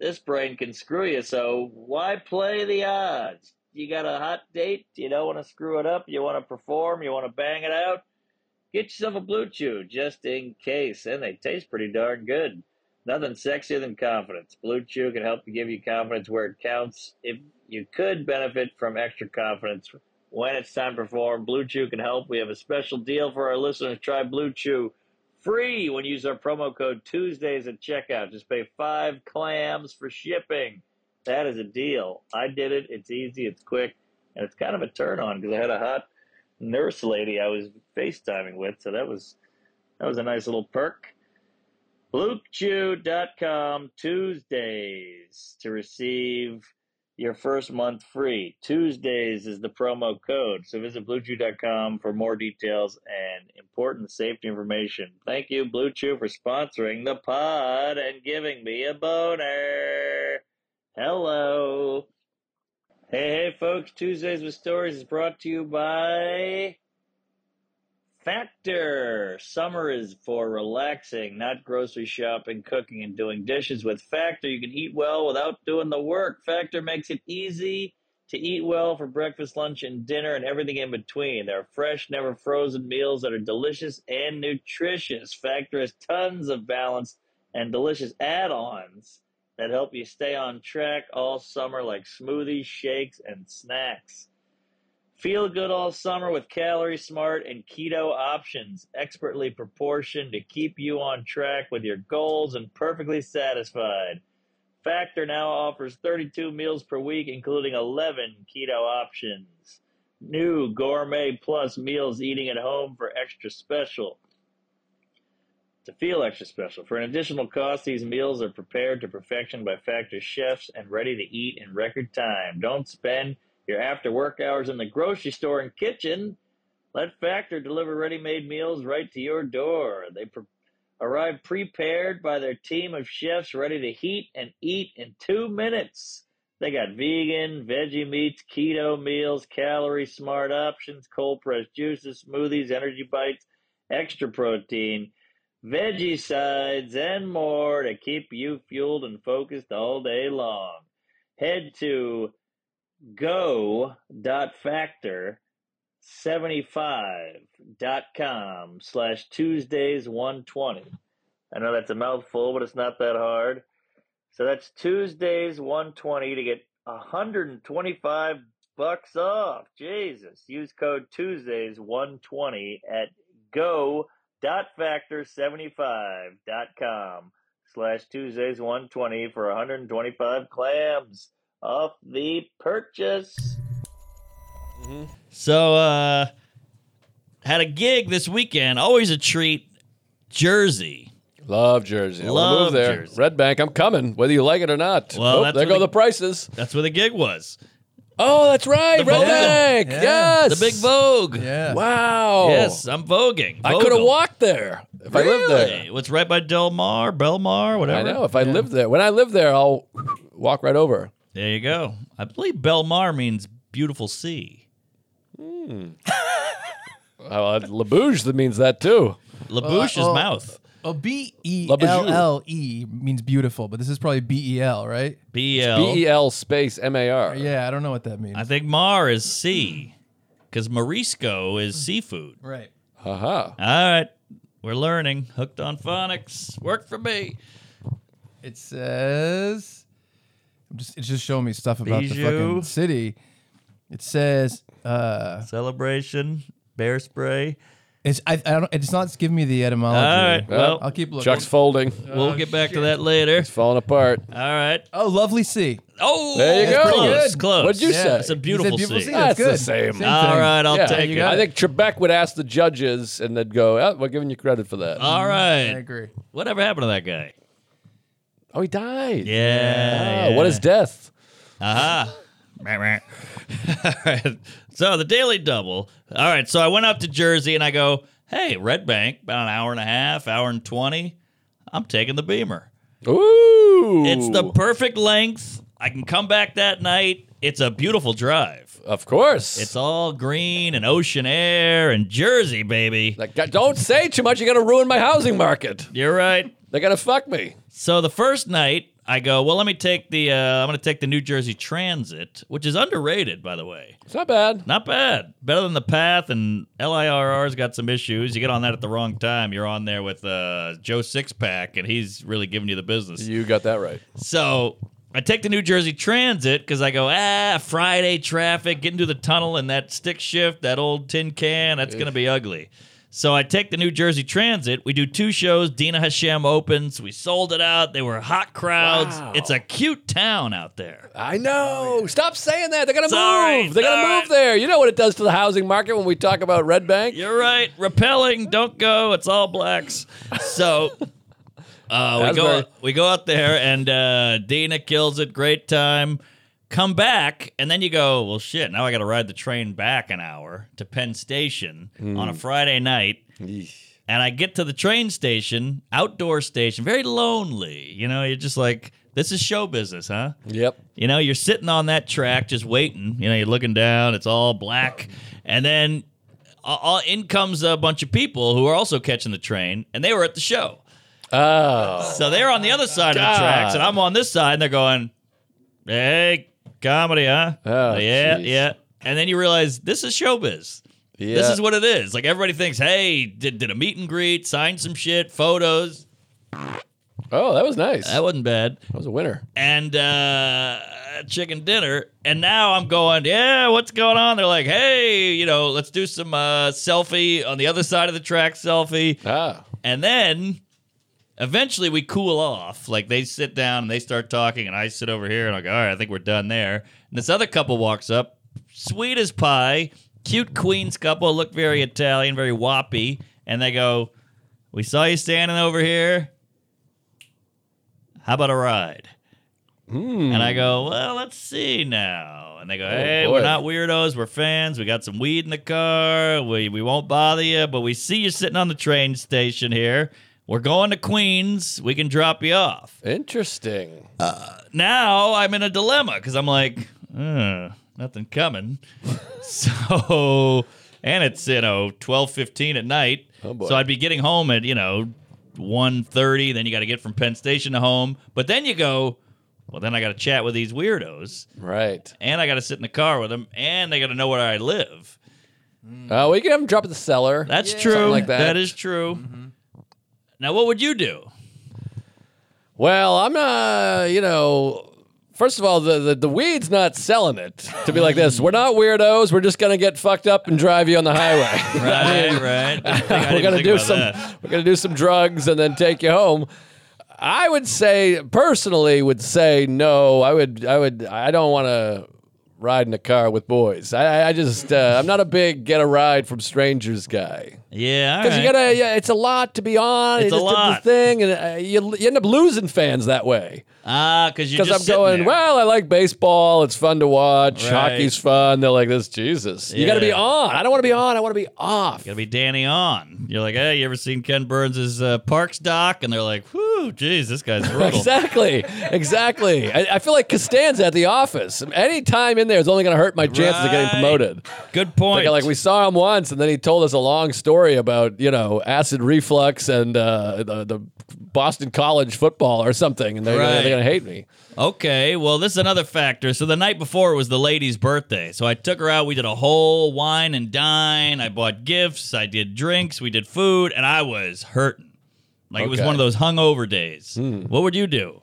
Speaker 5: this brain can screw you. So why play the odds?
Speaker 2: you got a hot date, you don't want to screw it up, you want to perform, you want to bang it out, get yourself a Blue Chew just in case. And they taste pretty darn good. Nothing sexier than confidence. Blue Chew can help to give you confidence where it counts. If you could benefit from extra confidence when it's time to perform, Blue Chew can help. We have a special deal for our listeners. Try Blue Chew free when you use our promo code Tuesdays at checkout. Just pay five clams for shipping. That is a deal. I did it. It's easy. It's quick, and it's kind of a turn on because I had a hot nurse lady I was FaceTiming with, so that was that was a nice little perk. BlueChew.com Tuesdays to receive your first month free. Tuesdays is the promo code. So visit BlueChew.com for more details and important safety information. Thank you, Blue Chew, for sponsoring the pod and giving me a boner. Hello. Hey, hey, folks. Tuesdays with Stories is brought to you by Factor. Summer is for relaxing, not grocery shopping, cooking, and doing dishes. With Factor, you can eat well without doing the work. Factor makes it easy to eat well for breakfast, lunch, and dinner, and everything in between. There are fresh, never frozen meals that are delicious and nutritious. Factor has tons of balanced and delicious add ons that help you stay on track all summer, like smoothies, shakes, and snacks. Feel good all summer with Calorie Smart and keto options, expertly proportioned to keep you on track with your goals and perfectly satisfied. Factor now offers 32 meals per week, including 11 keto options. New gourmet plus meals eating at home for extra special to feel extra special. For an additional cost, these meals are prepared to perfection by Factor chefs and ready to eat in record time. Don't spend your after work hours in the grocery store and kitchen. Let Factor deliver ready made meals right to your door. They pre- arrive prepared by their team of chefs ready to heat and eat in two minutes. They got vegan, veggie meats, keto meals, calorie smart options, cold pressed juices, smoothies, energy bites, extra protein veggie sides, and more to keep you fueled and focused all day long. Head to go.factor75.com slash Tuesdays120. I know that's a mouthful, but it's not that hard. So that's Tuesdays120 to get 125 bucks off. Jesus. Use code Tuesdays120 at go dotfactor75.com slash Tuesdays 120 for 125 clams off the purchase.
Speaker 6: Mm-hmm. So uh had a gig this weekend. Always a treat. Jersey.
Speaker 3: Love Jersey. I wanna
Speaker 6: Love
Speaker 3: move there.
Speaker 6: Jersey.
Speaker 3: Red Bank, I'm coming, whether you like it or not.
Speaker 6: Well,
Speaker 3: Oh,
Speaker 6: that's
Speaker 3: there
Speaker 6: what
Speaker 3: go
Speaker 6: the-
Speaker 3: the prices.
Speaker 6: That's where the gig was.
Speaker 3: Oh, that's right.
Speaker 6: The
Speaker 3: Red
Speaker 6: Vogue.
Speaker 3: Bank.
Speaker 4: Yeah.
Speaker 3: Yes.
Speaker 6: The big Vogue.
Speaker 4: Yeah.
Speaker 3: Wow.
Speaker 6: Yes, I'm voguing.
Speaker 3: I could have
Speaker 6: Vogal.
Speaker 3: walked there if I lived there.
Speaker 6: Really? What's right by Del Mar, Belmar,
Speaker 3: I
Speaker 6: whatever.
Speaker 3: know. If I lived there, when I live there, I'll walk right over.
Speaker 6: There you go. I believe Belmar means beautiful sea. Oh,
Speaker 3: Uh, Labouge that means that too.
Speaker 6: Labouche's
Speaker 4: oh.
Speaker 6: mouth.
Speaker 4: Oh, B E
Speaker 3: Labajou.
Speaker 4: L L E means beautiful, but this is probably B E L, right?
Speaker 6: B
Speaker 3: B
Speaker 6: L.
Speaker 3: E L space M A R.
Speaker 4: Yeah, I don't know what that means.
Speaker 6: I think Mar is sea, because Morisco is seafood.
Speaker 4: right.
Speaker 3: Haha.
Speaker 6: All right, we're learning. Hooked on phonics. Work for me.
Speaker 4: It says, I'm just it's just showing me stuff about the
Speaker 6: Bijou.
Speaker 4: fucking city. It says, uh,
Speaker 6: Celebration. Bear spray.
Speaker 4: it's I, I don't it's not giving me the etymology.
Speaker 6: All right, well-
Speaker 4: I'll keep looking.
Speaker 3: Chuck's folding.
Speaker 6: We'll get back to that later.
Speaker 3: It's falling apart.
Speaker 6: All right.
Speaker 4: oh, lovely sea.
Speaker 6: Oh,
Speaker 3: There you
Speaker 6: it's
Speaker 3: go.
Speaker 6: Close.
Speaker 3: Good.
Speaker 6: Close.
Speaker 3: What'd you
Speaker 6: It's
Speaker 3: say?
Speaker 6: a
Speaker 4: You said
Speaker 6: beautiful, sea.
Speaker 4: That's
Speaker 3: That's the
Speaker 4: good.
Speaker 3: same.
Speaker 4: thing.
Speaker 6: All right, I'll
Speaker 3: Yeah.
Speaker 6: take it.
Speaker 3: I think Trebek would ask the judges, and they'd go, oh, "We're giving you credit for that."
Speaker 6: All
Speaker 4: I
Speaker 6: right.
Speaker 4: agree.
Speaker 6: Whatever happened to that guy?
Speaker 3: oh, he died.
Speaker 6: Yeah.
Speaker 3: Oh, What is death?
Speaker 6: Aha. All right. So the Daily Double. All right. So I went up to Jersey and I go, hey, Red Bank, about an hour and a half, hour and 20. I'm taking the Beamer.
Speaker 3: Ooh.
Speaker 6: It's the perfect length. I can come back that night. It's a beautiful drive.
Speaker 3: of course.
Speaker 6: It's all green and ocean air and Jersey, baby.
Speaker 3: Like, God, don't say too much. You're gonna ruin my housing market.
Speaker 6: You're right.
Speaker 3: They're gonna fuck me.
Speaker 6: So the first night,
Speaker 2: I go, well, let me take the. Uh, I'm going to take the New Jersey Transit, which is underrated, by the way.
Speaker 3: It's not bad.
Speaker 2: Not bad. Better than the path, and LIRR's got some issues. You get on that at the wrong time. You're on there with uh, Joe Sixpack, and he's really giving you the business.
Speaker 3: You got that right.
Speaker 2: So I take the New Jersey Transit because I go, ah, Friday traffic, getting through the tunnel and that stick shift, that old tin can, that's going to be ugly. So I take the New Jersey Transit. We do two shows. Dina Hashem opens. We sold it out. They were hot crowds.
Speaker 3: Wow.
Speaker 2: It's a cute town out there.
Speaker 3: I know. Stop saying that. They're gonna
Speaker 2: It's all right.
Speaker 3: move. They're gonna
Speaker 2: All
Speaker 3: move
Speaker 2: right.
Speaker 3: there. You know what it does to the housing market when we talk about Red Bank.
Speaker 2: You're right. Repelling. Don't go. It's all blacks. So uh, we go
Speaker 3: Asbury.
Speaker 2: we go out there and uh, Dina kills it. Great time. Come back and then you go. Well, shit. Now I got to ride the train back an hour to Penn Station on a Friday night. And I get to the train station, outdoor station, very lonely. You know, you're just like, this is show business, huh?
Speaker 3: Yep.
Speaker 2: You know, you're sitting on that track just waiting. You know, you're looking down, it's all black. And then uh, all, in comes a bunch of people who are also catching the train, and they were at the show.
Speaker 3: Oh,
Speaker 2: So they're on the other side of
Speaker 3: God.
Speaker 2: the tracks, and I'm on this side, and they're going, hey, comedy, huh?
Speaker 3: Oh,
Speaker 2: yeah,
Speaker 3: jeez.
Speaker 2: yeah. And then you realize this is showbiz.
Speaker 3: yeah.
Speaker 2: This is what it is. Like everybody thinks, hey, did, did a meet and greet, signed some shit, photos.
Speaker 3: Oh, that was nice.
Speaker 2: That wasn't bad.
Speaker 3: That was a winner.
Speaker 2: and uh, chicken dinner. And now I'm going, yeah, what's going on? They're like, hey, you know, let's do some uh, selfie on the other side of the track selfie.
Speaker 3: Ah,
Speaker 2: And then eventually we cool off. Like they sit down and they start talking, and I sit over here and I go, all right, I think we're done there. And this other couple walks up, sweet as pie, cute Queens couple, look very Italian, very whoppy. And they go, we saw you standing over here. How about a ride? And I go, well, let's see now. And they go, hey,
Speaker 3: boy.
Speaker 2: we're not weirdos. We're fans. We got some weed in the car. We, we won't bother you, but we see you sitting on the train station here. We're going to Queens. We can drop you off.
Speaker 3: interesting.
Speaker 2: Now I'm in a dilemma because I'm like, "Uh, nothing coming. so, and it's, you know, 12.15 at night.
Speaker 3: Oh, boy.
Speaker 2: so I'd be getting home at, you know, 1.30. Then you got to get from Penn Station to home. But then you go, well, then I got to chat with these weirdos
Speaker 3: Right.
Speaker 2: and I got to sit in the car with them, and they got to know where I live.
Speaker 3: Uh, well, you can have them drop at the cellar.
Speaker 2: That's
Speaker 3: Something
Speaker 2: true.
Speaker 3: like that. Mm-hmm.
Speaker 2: that is true. Now, what would you do?
Speaker 3: Well, I'm not, you know, first of all, the, the, the weed's not selling it to be like this. We're not weirdos. We're just going to get fucked up and drive you on the highway.
Speaker 2: Right, right. I think I
Speaker 3: we're
Speaker 2: didn't
Speaker 3: gonna
Speaker 2: think
Speaker 3: do
Speaker 2: about
Speaker 3: some.
Speaker 2: that.
Speaker 3: We're gonna do some drugs and then take you home. I would say, personally, would say no. I would. I would. I don't want to ride in a car with boys. I, I- I just. Uh, I'm not a big get a ride from strangers guy.
Speaker 2: Yeah, all
Speaker 3: Because you
Speaker 2: right.
Speaker 3: gotta. Yeah, it's a lot to be on.
Speaker 2: It's
Speaker 3: you
Speaker 2: a
Speaker 3: just did
Speaker 2: lot.
Speaker 3: the thing, and uh, you, you end up losing fans that way.
Speaker 2: ah, because you're
Speaker 3: Because
Speaker 2: just
Speaker 3: I'm
Speaker 2: sitting
Speaker 3: going.
Speaker 2: there.
Speaker 3: Well, I like baseball. It's fun to watch.
Speaker 2: Right.
Speaker 3: Hockey's fun. They're like this. Jesus, you gotta be
Speaker 2: Yeah.
Speaker 3: on. I don't want to be on. I want to be off.
Speaker 2: Gotta be Danny on. You're like, hey, you ever seen Ken Burns' uh, Parks doc? And they're like, whoo, geez, this guy's brutal.
Speaker 3: Exactly. Exactly. I, I feel like Costanza at the office. Any time in there is only going to hurt my chances of getting
Speaker 2: Right.
Speaker 3: promoted.
Speaker 2: Good point.
Speaker 3: Like, like we saw him once, and then he told us a long story about you know acid reflux and uh, the, the Boston College football or something, and they're
Speaker 2: Right.
Speaker 3: going to hate me.
Speaker 2: Okay, well, this is another factor. So the night before was the lady's birthday. So I took her out. We did a whole wine and dine. I bought gifts. I did drinks. We did food, and I was hurting. Like it was
Speaker 3: Okay. Hmm.
Speaker 2: one of those hungover days. What would you do?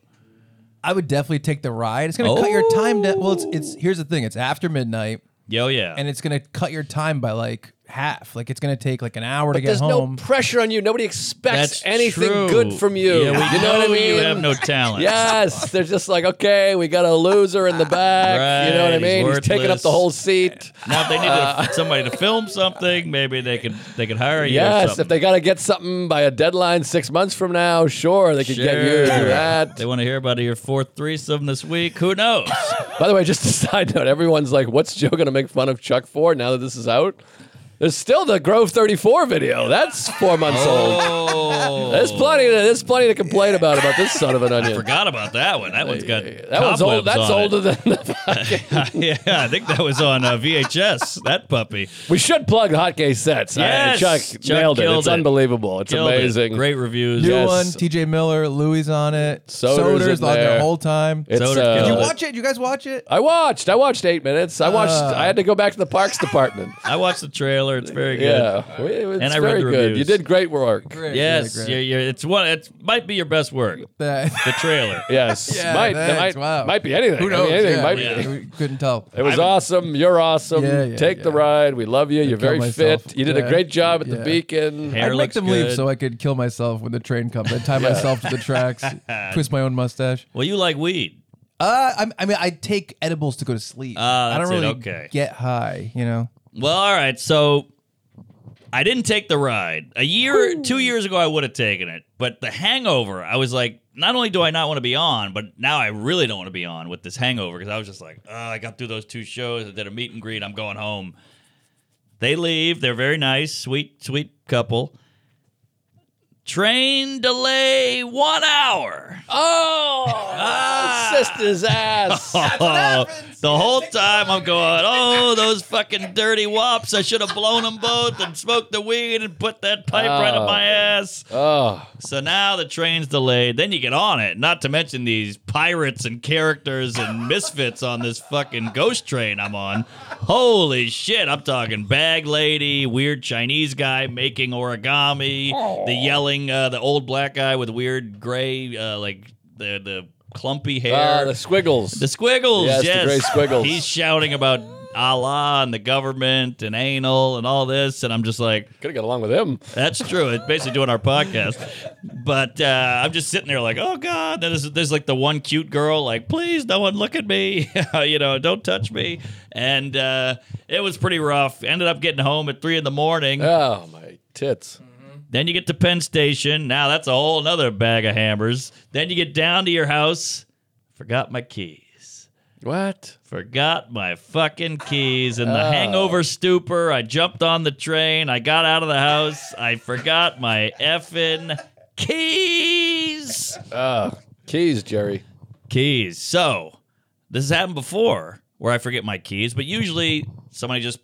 Speaker 4: I would definitely take the ride. It's gonna cut your time down. Well, it's it's here's the thing. It's after midnight,
Speaker 2: Yo, yeah.
Speaker 4: and it's gonna cut your time by like half. Like it's gonna take like an hour to get
Speaker 3: There's
Speaker 4: home.
Speaker 3: no pressure on you. Nobody expects
Speaker 2: That's
Speaker 3: anything
Speaker 2: true.
Speaker 3: good from you.
Speaker 2: Yeah, we
Speaker 3: you know, what I mean?
Speaker 2: You have no talent.
Speaker 3: Yes, they're just like, okay, we got a loser in the back. You know what I
Speaker 2: Right,
Speaker 3: mean?
Speaker 2: he's
Speaker 3: He's taking up
Speaker 2: worthless.
Speaker 3: the whole seat.
Speaker 2: Now, if they need
Speaker 3: Uh,
Speaker 2: to, somebody to film something, maybe they could they could hire you. or
Speaker 3: Yes,
Speaker 2: something.
Speaker 3: if they got to get something by a deadline six months from now, sure, they could get you to do that.
Speaker 2: They want to hear about your fourth threesome this week. Who knows?
Speaker 3: By the way, just a side note, everyone's like, what's Joe going to make fun of Chuck for now that this is out? There's still the Grove 34 video. That's four months old.
Speaker 2: Oh,
Speaker 3: There's plenty. To, there's plenty to complain about about this son of an onion.
Speaker 2: Forgot about that one. That one's got
Speaker 3: That one's old.
Speaker 2: cobwebs
Speaker 3: That's
Speaker 2: on it.
Speaker 3: older than. The,
Speaker 2: yeah, I think that was on uh, VHS. That puppy
Speaker 3: we should plug the Hot Gay Sets. I-
Speaker 2: Yes,
Speaker 3: Chuck,
Speaker 2: Chuck
Speaker 3: nailed it.
Speaker 2: killed
Speaker 3: It's
Speaker 2: it.
Speaker 3: unbelievable. It's
Speaker 2: Killed it.
Speaker 3: amazing.
Speaker 2: Great reviews.
Speaker 4: New
Speaker 3: Yes.
Speaker 4: one, TJ Miller, Louis on it.
Speaker 3: Soder's in
Speaker 4: on
Speaker 3: there.
Speaker 4: the whole time.
Speaker 3: It's,
Speaker 2: Soder
Speaker 3: uh,
Speaker 4: Did you
Speaker 2: killed
Speaker 4: watch it? You guys watch it?
Speaker 3: I watched. I watched eight minutes. I watched.
Speaker 4: Uh.
Speaker 3: I had to go back to the parks department.
Speaker 2: I watched the trailer. It's very good.
Speaker 3: Yeah, We- it's
Speaker 2: And I read
Speaker 3: very
Speaker 2: the
Speaker 3: good.
Speaker 2: reviews.
Speaker 3: You did great work.
Speaker 2: Yes, you're, you're, it's one. It might be your best work. The trailer.
Speaker 3: Yes,
Speaker 4: Yeah,
Speaker 3: might that might,
Speaker 4: thanks. Wow.
Speaker 3: might be anything.
Speaker 4: Who
Speaker 3: I mean,
Speaker 4: knows?
Speaker 3: anything
Speaker 4: yeah,
Speaker 3: might
Speaker 4: yeah.
Speaker 3: be.
Speaker 2: be.
Speaker 4: We couldn't tell.
Speaker 3: It was awesome. You're awesome.
Speaker 4: Yeah, yeah,
Speaker 3: Take the
Speaker 4: yeah.
Speaker 3: ride. We love you. You're
Speaker 4: kill
Speaker 3: very
Speaker 4: myself.
Speaker 3: fit. You did a
Speaker 4: Yeah.
Speaker 3: great job at the
Speaker 4: Yeah.
Speaker 3: Beacon.
Speaker 2: Hair
Speaker 4: I'd
Speaker 2: looks
Speaker 4: make them
Speaker 2: good.
Speaker 4: leave so I could kill myself when the train comes. I'd tie myself to the tracks, twist my own mustache.
Speaker 2: Well, you like weed.
Speaker 4: Uh, I'm, I mean, I take edibles to go to sleep.
Speaker 2: Ah,
Speaker 4: I don't
Speaker 2: that's it.
Speaker 4: really
Speaker 2: Okay.
Speaker 4: get high, you know?
Speaker 2: Well, all right. So I didn't take the ride. A year, two years ago, I would have taken it. But the hangover, I was like, not only do I not want to be on, but now I really don't want to be on with this hangover because I was just like, oh, I got through those two shows. I did a meet and greet. I'm going home. They leave. They're very nice, sweet, sweet couple. Train delay one hour.
Speaker 3: Oh,
Speaker 4: Ah!
Speaker 3: sister's ass.
Speaker 2: Oh, the whole time I'm going, oh, those fucking dirty wops. I should have blown them both and smoked the weed and put that pipe right
Speaker 3: Oh.
Speaker 2: up my ass.
Speaker 3: oh,
Speaker 2: So now the train's delayed. Then you get on it. Not to mention these pirates and characters and misfits on this fucking ghost train I'm on. Holy shit. I'm talking bag lady, weird Chinese guy making origami, the yelling, uh, the old black guy with weird gray, uh, like the, the clumpy hair.
Speaker 3: Ah, the squiggles.
Speaker 2: The squiggles,
Speaker 3: Yes,
Speaker 2: yes.
Speaker 3: the gray squiggles.
Speaker 2: He's shouting about Allah and the government and anal and all this, and I'm just like,
Speaker 3: Could have got along with him.
Speaker 2: that's true. It's basically doing our podcast. But uh, I'm just sitting there like, oh God. Then there's, there's like the one cute girl, like, please, no one look at me. you know, don't touch me. And uh, it was pretty rough. Ended up getting home at three in the morning.
Speaker 3: Oh my tits.
Speaker 2: Then you get to Penn Station. Now that's a whole nother bag of hammers. Then you get down to your house. Forgot my keys.
Speaker 3: What?
Speaker 2: Forgot my fucking keys in the hangover stupor. I jumped on the train. I got out of the house. I forgot my effing keys.
Speaker 3: Keys, Jerry.
Speaker 2: Keys. So, this has happened before where I forget my keys, but usually somebody just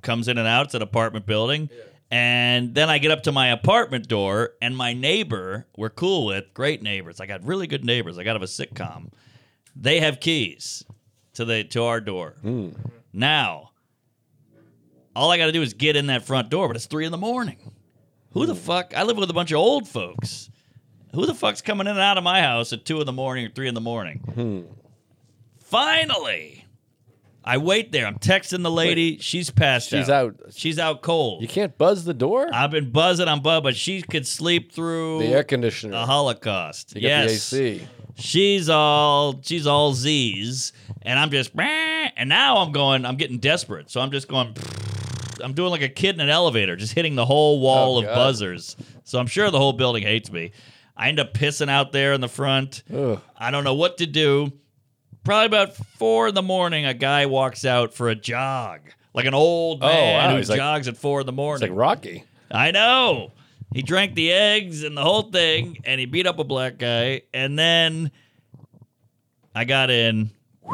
Speaker 2: comes in and out. It's an apartment building. And then I get up to my apartment door, and my neighbor, we're cool with, great neighbors. I got really good neighbors. I got of a sitcom. They have keys to the to our door.
Speaker 3: Hmm.
Speaker 2: Now, all I got to do is get in that front door, but it's three in the morning. Who
Speaker 3: Hmm.
Speaker 2: the fuck? I live with a bunch of old folks. Who the fuck's coming in and out of my house at two in the morning or three in the morning?
Speaker 3: Hmm.
Speaker 2: Finally, I wait there. I'm texting the lady. She's passed
Speaker 3: She's out.
Speaker 2: She's out cold.
Speaker 3: You can't buzz the door?
Speaker 2: I've been buzzing on Bud, but she could sleep through
Speaker 3: the air conditioner.
Speaker 2: the Holocaust.
Speaker 3: You got
Speaker 2: yes,
Speaker 3: the AC.
Speaker 2: she's all she's all Z's, and I'm just "Meh," and now I'm going. I'm getting desperate, so I'm just going. I'm doing like a kid in an elevator, just hitting the whole wall
Speaker 3: Oh,
Speaker 2: of
Speaker 3: God.
Speaker 2: buzzers. So I'm sure the whole building hates me. I end up pissing out there in the front.
Speaker 3: Ugh.
Speaker 2: I don't know what to do. Probably about four in the morning, a guy walks out for a jog, like an old
Speaker 3: Oh,
Speaker 2: man
Speaker 3: wow.
Speaker 2: who
Speaker 3: He's like-
Speaker 2: jogs at four in the
Speaker 3: It's
Speaker 2: morning.
Speaker 3: like Rocky.
Speaker 2: I know. He drank the eggs and the whole thing, and he beat up a black guy. And then I got in,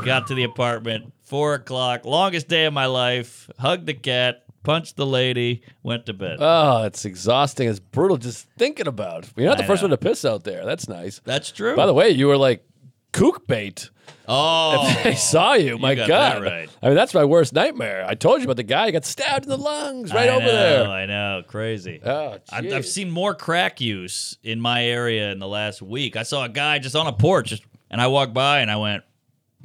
Speaker 2: got to the apartment, four o'clock, longest day of my life, hugged the cat, punched the lady, went to bed.
Speaker 3: Oh, it's exhausting. It's brutal just thinking about. You're not the
Speaker 2: I
Speaker 3: first
Speaker 2: know.
Speaker 3: one to piss out there. That's nice.
Speaker 2: That's true.
Speaker 3: By the way, you were like kook bait. They
Speaker 2: oh,
Speaker 3: saw you. My
Speaker 2: got
Speaker 3: God.
Speaker 2: that right.
Speaker 3: I mean, that's my worst nightmare. I told you about the guy who got stabbed in the lungs right
Speaker 2: I
Speaker 3: over
Speaker 2: know,
Speaker 3: there.
Speaker 2: I know, crazy.
Speaker 3: Oh,
Speaker 2: I've,
Speaker 3: jeez.
Speaker 2: I've seen more crack use in my area in the last week. I saw a guy just on a porch, just, and I walked by and I went,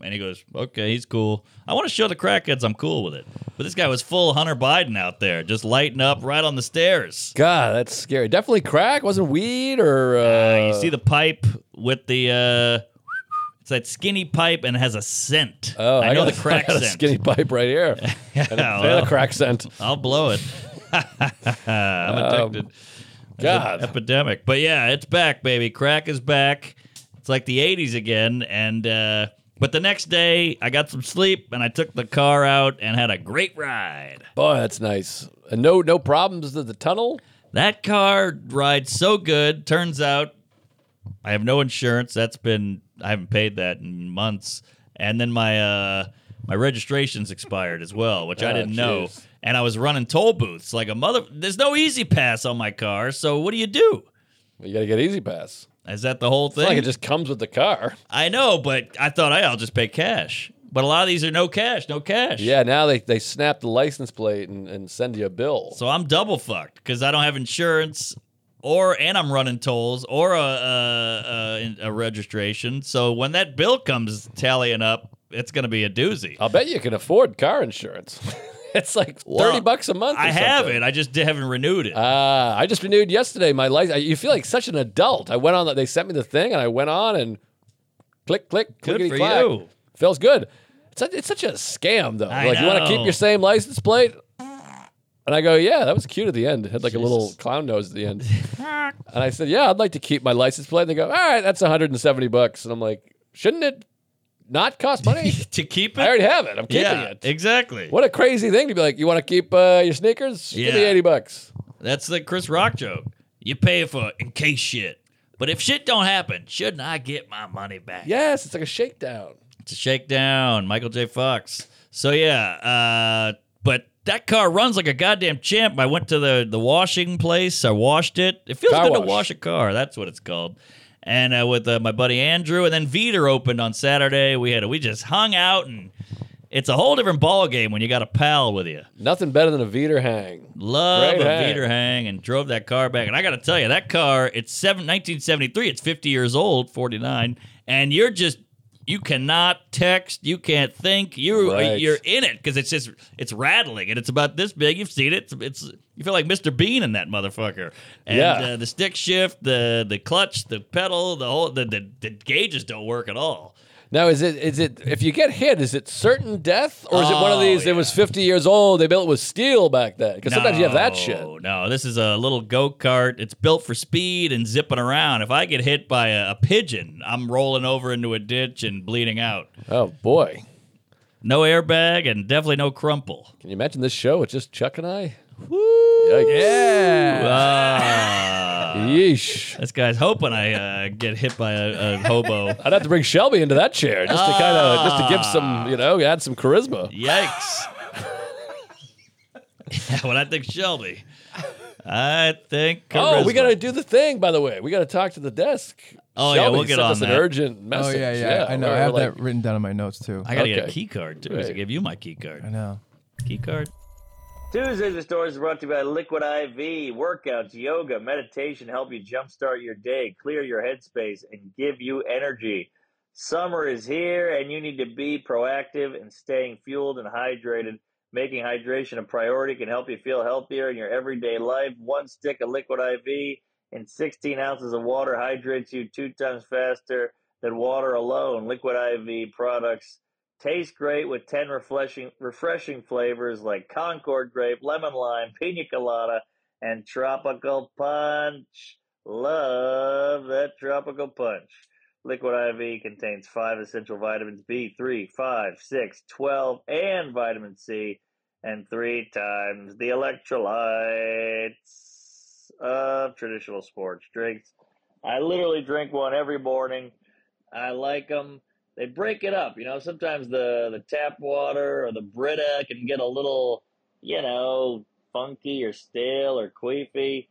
Speaker 2: and he goes, "Okay, he's cool." I want to show the crackheads I'm cool with it, but this guy was full Hunter Biden out there, just lighting up right on the stairs.
Speaker 3: God, that's scary. Definitely crack. Wasn't weed or. Uh,
Speaker 2: Uh, you see the pipe with the uh, it's that skinny pipe and it has a scent.
Speaker 3: Oh,
Speaker 2: I know
Speaker 3: got
Speaker 2: the
Speaker 3: a-
Speaker 2: crack
Speaker 3: I got a
Speaker 2: scent.
Speaker 3: skinny pipe right here.
Speaker 2: Yeah,
Speaker 3: There's
Speaker 2: well,
Speaker 3: the crack scent. Um,
Speaker 2: I'll blow it. I'm addicted.
Speaker 3: God.
Speaker 2: epidemic. But yeah, it's back, baby. Crack is back. It's like the '80s again. And uh, but the next day, I got some sleep and I took the car out and had a great ride.
Speaker 3: Boy, that's nice. And no, no problems to the tunnel.
Speaker 2: That car rides so good. Turns out I have no insurance. That's been I haven't paid that in months. And then my uh my registration's expired as well, which I
Speaker 3: Ah,
Speaker 2: didn't know.
Speaker 3: jeez.
Speaker 2: And I was running toll booths like a mother. There's no easy pass on my car, so what do you do?
Speaker 3: You got to get Easy Pass.
Speaker 2: Is that the whole thing?
Speaker 3: It's like it just comes with the car.
Speaker 2: I know, but I thought hey, I'll just pay cash. But a lot of these are no cash, no cash.
Speaker 3: Yeah, now they, they snap the license plate and, and send you a bill.
Speaker 2: So I'm double fucked because I don't have insurance, or and I'm running tolls or a, a, a, a registration. So when that bill comes tallying up, it's gonna be a doozy.
Speaker 3: I'll bet you can afford car insurance. it's like
Speaker 2: Well,
Speaker 3: thirty bucks a month. or
Speaker 2: I have
Speaker 3: something.
Speaker 2: it. I just haven't renewed it.
Speaker 3: Ah, I just renewed yesterday my license. You feel like such an adult. I went on. They sent me the thing, and I went on and click, click,
Speaker 2: Good
Speaker 3: clickety
Speaker 2: for
Speaker 3: clack.
Speaker 2: you.
Speaker 3: Feels good. It's, a, it's such a scam though.
Speaker 2: I
Speaker 3: like you want to keep
Speaker 2: know.
Speaker 3: your same license plate. And I go, yeah, that was cute at the end. It had like a little
Speaker 2: Jesus.
Speaker 3: clown nose at the end. and I said, yeah, I'd like to keep my license plate. And they go, all right, that's 170 bucks. And I'm like, shouldn't it not cost money?
Speaker 2: to keep it.
Speaker 3: I already have it. I'm keeping
Speaker 2: yeah,
Speaker 3: it.
Speaker 2: exactly.
Speaker 3: What a crazy thing to be like, you want to keep uh, your sneakers? Give me
Speaker 2: Yeah.
Speaker 3: 80 bucks.
Speaker 2: That's the Chris Rock joke. You pay for in case shit. But if shit don't happen, shouldn't I get my money back?
Speaker 3: Yes, it's like a shakedown.
Speaker 2: It's a shakedown. Michael J. Fox. So yeah, uh, but that car runs like a goddamn champ. I went to the the washing place. I washed it. It feels
Speaker 3: Car
Speaker 2: good to
Speaker 3: wash.
Speaker 2: wash a car. That's what it's called. And uh, with uh, my buddy Andrew, and then Veter opened on Saturday. We had we just hung out, and it's a whole different ball game when you got a pal with you.
Speaker 3: Nothing better than a Veter hang.
Speaker 2: Love
Speaker 3: Great
Speaker 2: a
Speaker 3: hang.
Speaker 2: Veter hang, and drove that car back. And I got to tell you, that car it's seven, 1973. It's 50 years old, 49, and you're just you cannot text, you can't think, you are
Speaker 3: Right.
Speaker 2: you're in it because it's just it's rattling and it's about this big. You've seen it. It's, it's you feel like Mr. Bean in that motherfucker. And
Speaker 3: Yeah.
Speaker 2: uh, the stick shift, the the clutch, the pedal, the whole the, the the gauges don't work at all.
Speaker 3: Now, is it is it if you get hit, is it certain death or is it one of
Speaker 2: Oh,
Speaker 3: these?
Speaker 2: yeah.
Speaker 3: It was fifty years old. They built it with steel back then because sometimes you have that shit.
Speaker 2: No, No, this is a little go kart. It's built for speed and zipping around. If I get hit by a, a pigeon, I'm rolling over into a ditch and bleeding out.
Speaker 3: Oh boy,
Speaker 2: No airbag and definitely no crumple.
Speaker 3: can you imagine this show with just Chuck and I?
Speaker 4: Yeah.
Speaker 2: Ah,
Speaker 3: Yikes. Yeesh.
Speaker 2: this guy's hoping I uh, get hit by a, a hobo.
Speaker 3: I'd have to bring Shelby into that chair just to kind
Speaker 2: Ah.
Speaker 3: of just to give some you know add some charisma.
Speaker 2: Yikes! yeah, when I think Shelby, I think.
Speaker 3: Oh, we
Speaker 2: charisma.
Speaker 3: gotta do the thing. By the way, we gotta talk to the desk.
Speaker 2: Oh, yeah,
Speaker 3: Shelby
Speaker 2: we'll get
Speaker 3: sent
Speaker 2: on
Speaker 3: us an
Speaker 2: that.
Speaker 3: urgent
Speaker 4: Oh
Speaker 3: message.
Speaker 4: yeah, yeah. I know. I
Speaker 3: where
Speaker 4: have
Speaker 3: we're
Speaker 4: that written down in my notes too.
Speaker 2: I gotta get a
Speaker 3: Okay.
Speaker 2: key card too. 'cause I
Speaker 3: Right.
Speaker 2: gave you my key
Speaker 4: I
Speaker 2: card.
Speaker 4: know.
Speaker 2: Key card.
Speaker 5: Tuesdays at Stores is brought to you by Liquid IV. Workouts, yoga, meditation help you jumpstart your day, clear your headspace, and give you energy. Summer is here, and you need to be proactive in staying fueled and hydrated. Making hydration a priority can help you feel healthier in your everyday life. One stick of Liquid IV and 16 ounces of water hydrates you two times faster than water alone. Liquid IV products Tastes great with 10 refreshing, refreshing flavors like Concord grape, lemon lime, pina colada, and tropical punch. Love that tropical punch. Liquid IV contains five essential vitamins B3, 5, 6, 12, and vitamin C, and three times the electrolytes of traditional sports drinks. I literally drink one every morning. I like them they break it up. You know, sometimes the the tap water or the Brita can get a little, you know, funky or stale or queefy.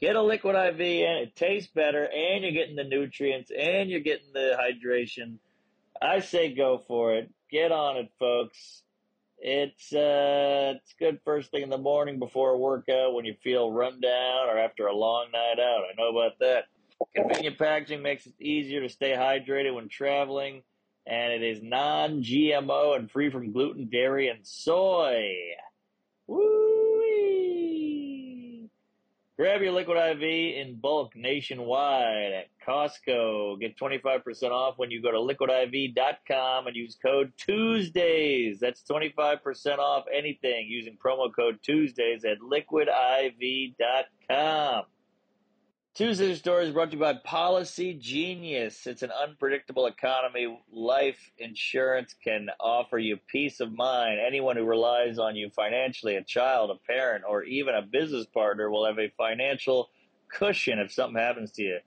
Speaker 5: Get a liquid IV and it tastes better, and you're getting the nutrients, and you're getting the hydration. I say go for it. Get on it, folks. It's uh, it's good first thing in the morning before a workout when you feel run down or after a long night out. I know about that. Convenient packaging makes it easier to stay hydrated when traveling and it is non-GMO and free from gluten, dairy, and soy. Woo! Grab your Liquid IV in bulk nationwide at Costco. Get 25% off when you go to liquidiv.com and use code Tuesdays. That's 25% off anything using promo code Tuesdays at liquidiv.com. Tuesday's story is brought to you by Policy Genius. It's an unpredictable economy. Life insurance can offer you peace of mind. Anyone who relies on you financially, a child, a parent, or even a business partner, will have a financial cushion if something happens to you.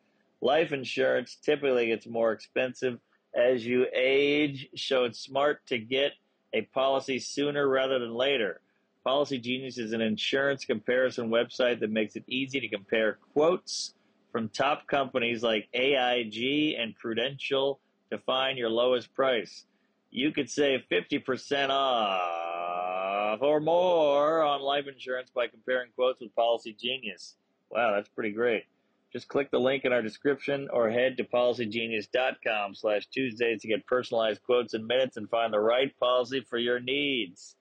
Speaker 5: Life insurance typically gets more expensive as you age, so it's smart to get a policy sooner rather than later. Policy Genius is an insurance comparison website that makes it easy to compare quotes from top companies like AIG and Prudential to find your lowest price. You could save 50% off or more on life insurance by comparing quotes with Policy Genius. Wow, that's pretty great. Just click the link in our description or head to policygenius.com slash Tuesdays to get personalized quotes in minutes and find the right policy for your needs.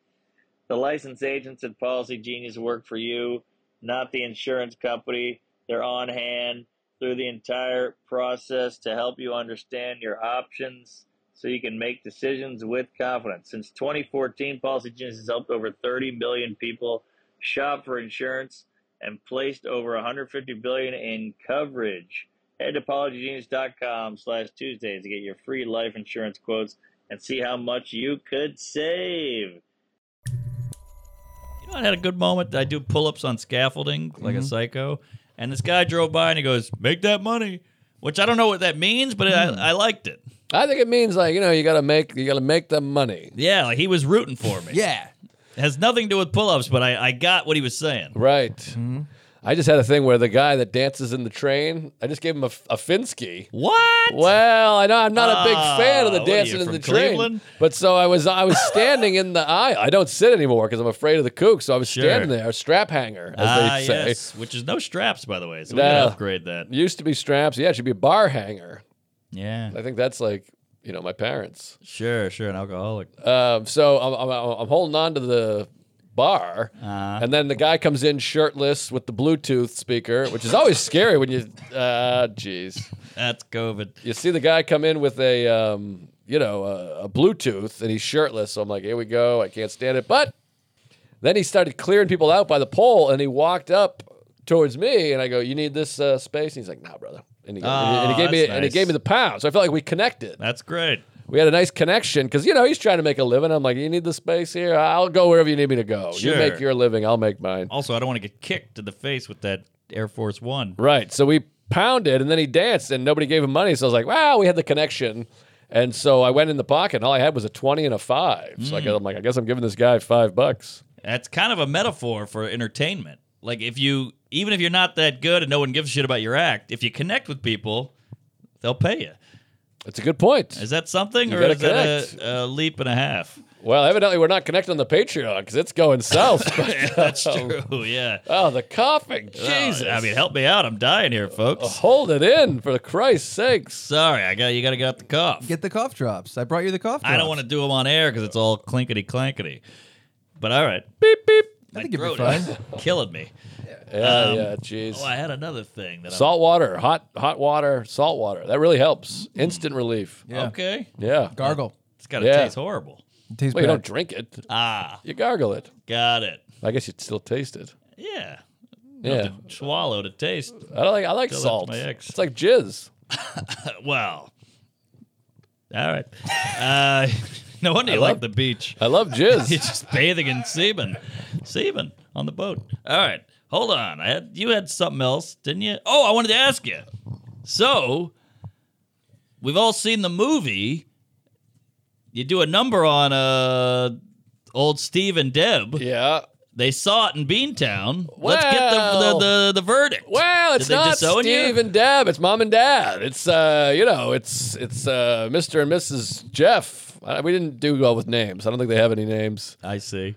Speaker 5: The licensed agents at Policy Genius work for you, not the insurance company. They're on hand through the entire process to help you understand your options so you can make decisions with confidence. Since 2014, Policy Genius has helped over 30 million people shop for insurance and placed over 150 billion in coverage. Head to polygenius.com slash Tuesdays to get your free life insurance quotes and see how much you could save.
Speaker 2: You know, I had a good moment. I do pull ups on scaffolding like
Speaker 3: Mm-hmm.
Speaker 2: a psycho. And this guy drove by and he goes, Make that money. Which I don't know what that means, but
Speaker 3: Hmm.
Speaker 2: I, I liked it.
Speaker 3: I think it means like you know you gotta make you gotta make them money,
Speaker 2: Yeah, like he was rooting for me.
Speaker 4: Yeah.
Speaker 2: It has nothing to do with pull ups, but I, I got what he was saying.
Speaker 3: right?
Speaker 2: Mm-hmm.
Speaker 3: I just had a thing where the guy that dances in the train, I just gave him a, a Finsky.
Speaker 2: What?
Speaker 3: Well, I know I'm not a big
Speaker 2: Ah,
Speaker 3: fan of the
Speaker 2: what are you,
Speaker 3: dancing in
Speaker 2: from
Speaker 3: the train,
Speaker 2: Cleveland?
Speaker 3: but so I was I was standing in the aisle. I don't sit anymore because I'm afraid of the kook. So I was
Speaker 2: Sure.
Speaker 3: standing there, a strap hanger, as
Speaker 2: Ah,
Speaker 3: they say.
Speaker 2: yes. Which is no straps, by the way. So we
Speaker 3: No.
Speaker 2: gotta upgrade that.
Speaker 3: Used to be straps. Yeah, it should be a bar hanger.
Speaker 2: Yeah.
Speaker 3: I think that's like you know my parents.
Speaker 2: Sure, sure. An alcoholic.
Speaker 3: Um, so I'm, I'm, I'm holding on to the bar,
Speaker 2: Uh-huh.
Speaker 3: and then the guy comes in shirtless with the Bluetooth speaker, which is always scary when you, uh, jeez,
Speaker 2: That's COVID.
Speaker 3: you see the guy come in with a, um, you know, a, a Bluetooth, and he's shirtless. So I'm like, here we go, I can't stand it. But then he started clearing people out by the pole, and he walked up towards me, and I go, you need this uh, space? And he's like, nah, brother. And he, and he gave me
Speaker 2: Oh, that's
Speaker 3: and he
Speaker 2: nice.
Speaker 3: gave me the pound, so I felt like we connected
Speaker 2: That's great.
Speaker 3: we had a nice connection because you know he's trying to make a living. I'm like, you need the space here. I'll go wherever you need me to go.
Speaker 2: Sure.
Speaker 3: You make your living. I'll make mine.
Speaker 2: Also, I don't want to get kicked in the face with that Air Force One.
Speaker 3: Right. So we pounded, and then he danced, and nobody gave him money. So I was like, wow, we had the connection. And so I went in the pocket, and all I had was a twenty and a five. So
Speaker 2: Mm.
Speaker 3: I guess, I'm like, I guess I'm giving this guy five bucks.
Speaker 2: That's kind of a metaphor for entertainment. Like if you, even if you're not that good and no one gives a shit about your act, if you connect with people, they'll pay you.
Speaker 3: That's a good point.
Speaker 2: Is that something,
Speaker 3: You
Speaker 2: or
Speaker 3: gotta
Speaker 2: is that a, a leap and a half?
Speaker 3: well, evidently we're not connected on the Patreon because it's going south. uh,
Speaker 2: That's true. Yeah.
Speaker 3: oh, the coughing, Jesus!
Speaker 2: I mean, help me out. I'm dying here, folks.
Speaker 4: Oh.
Speaker 3: hold it in for Christ's sakes.
Speaker 2: Sorry, I got you. Got to get out the cough.
Speaker 4: Get the cough drops. I brought you the cough drops.
Speaker 2: I don't want to do them on air because it's all clinkety clankety. But all right,
Speaker 4: I think you'll be
Speaker 2: throat
Speaker 4: fine.
Speaker 2: is killing me. Um,
Speaker 3: Yeah, yeah, jeez.
Speaker 2: Oh, I had another thing that
Speaker 3: Salt water, hot hot water, salt water. That really helps. Instant relief.
Speaker 2: I'm
Speaker 4: Yeah.
Speaker 2: okay.
Speaker 3: Yeah.
Speaker 4: Gargle.
Speaker 2: It's got to
Speaker 3: Yeah.
Speaker 2: taste horrible.
Speaker 4: It tastes
Speaker 3: Well, you don't
Speaker 4: bad.
Speaker 3: drink it.
Speaker 2: Ah,
Speaker 3: You gargle it.
Speaker 2: got it.
Speaker 3: I guess you'd still taste it.
Speaker 2: Yeah,
Speaker 3: Yeah.
Speaker 2: swallow to taste. Uh,
Speaker 3: I like I like
Speaker 2: Tell that to
Speaker 3: salt.
Speaker 2: my ex.
Speaker 3: It's like jizz.
Speaker 2: Well, all right. Uh, no wonder you
Speaker 3: love-
Speaker 2: like the beach.
Speaker 3: I love
Speaker 2: You're
Speaker 3: jizz.
Speaker 2: just bathing in semen, semen on the boat. All right, hold on. I had you had something else, didn't you? Oh, I wanted to ask you. So, we've all seen the movie. You do a number on uh, old Steve and Deb.
Speaker 3: yeah.
Speaker 2: They saw it in Beantown. Let's get the the,
Speaker 3: Well.
Speaker 2: the, the verdict.
Speaker 3: Well,
Speaker 2: Did
Speaker 3: it's
Speaker 2: they
Speaker 3: not
Speaker 2: disown
Speaker 3: Steve
Speaker 2: you?
Speaker 3: and Deb. It's mom and dad. It's uh, you know, it's it's uh, Mr. and Mrs. Jeff. Uh, we didn't do well with names. I don't think they have any names.
Speaker 2: I see.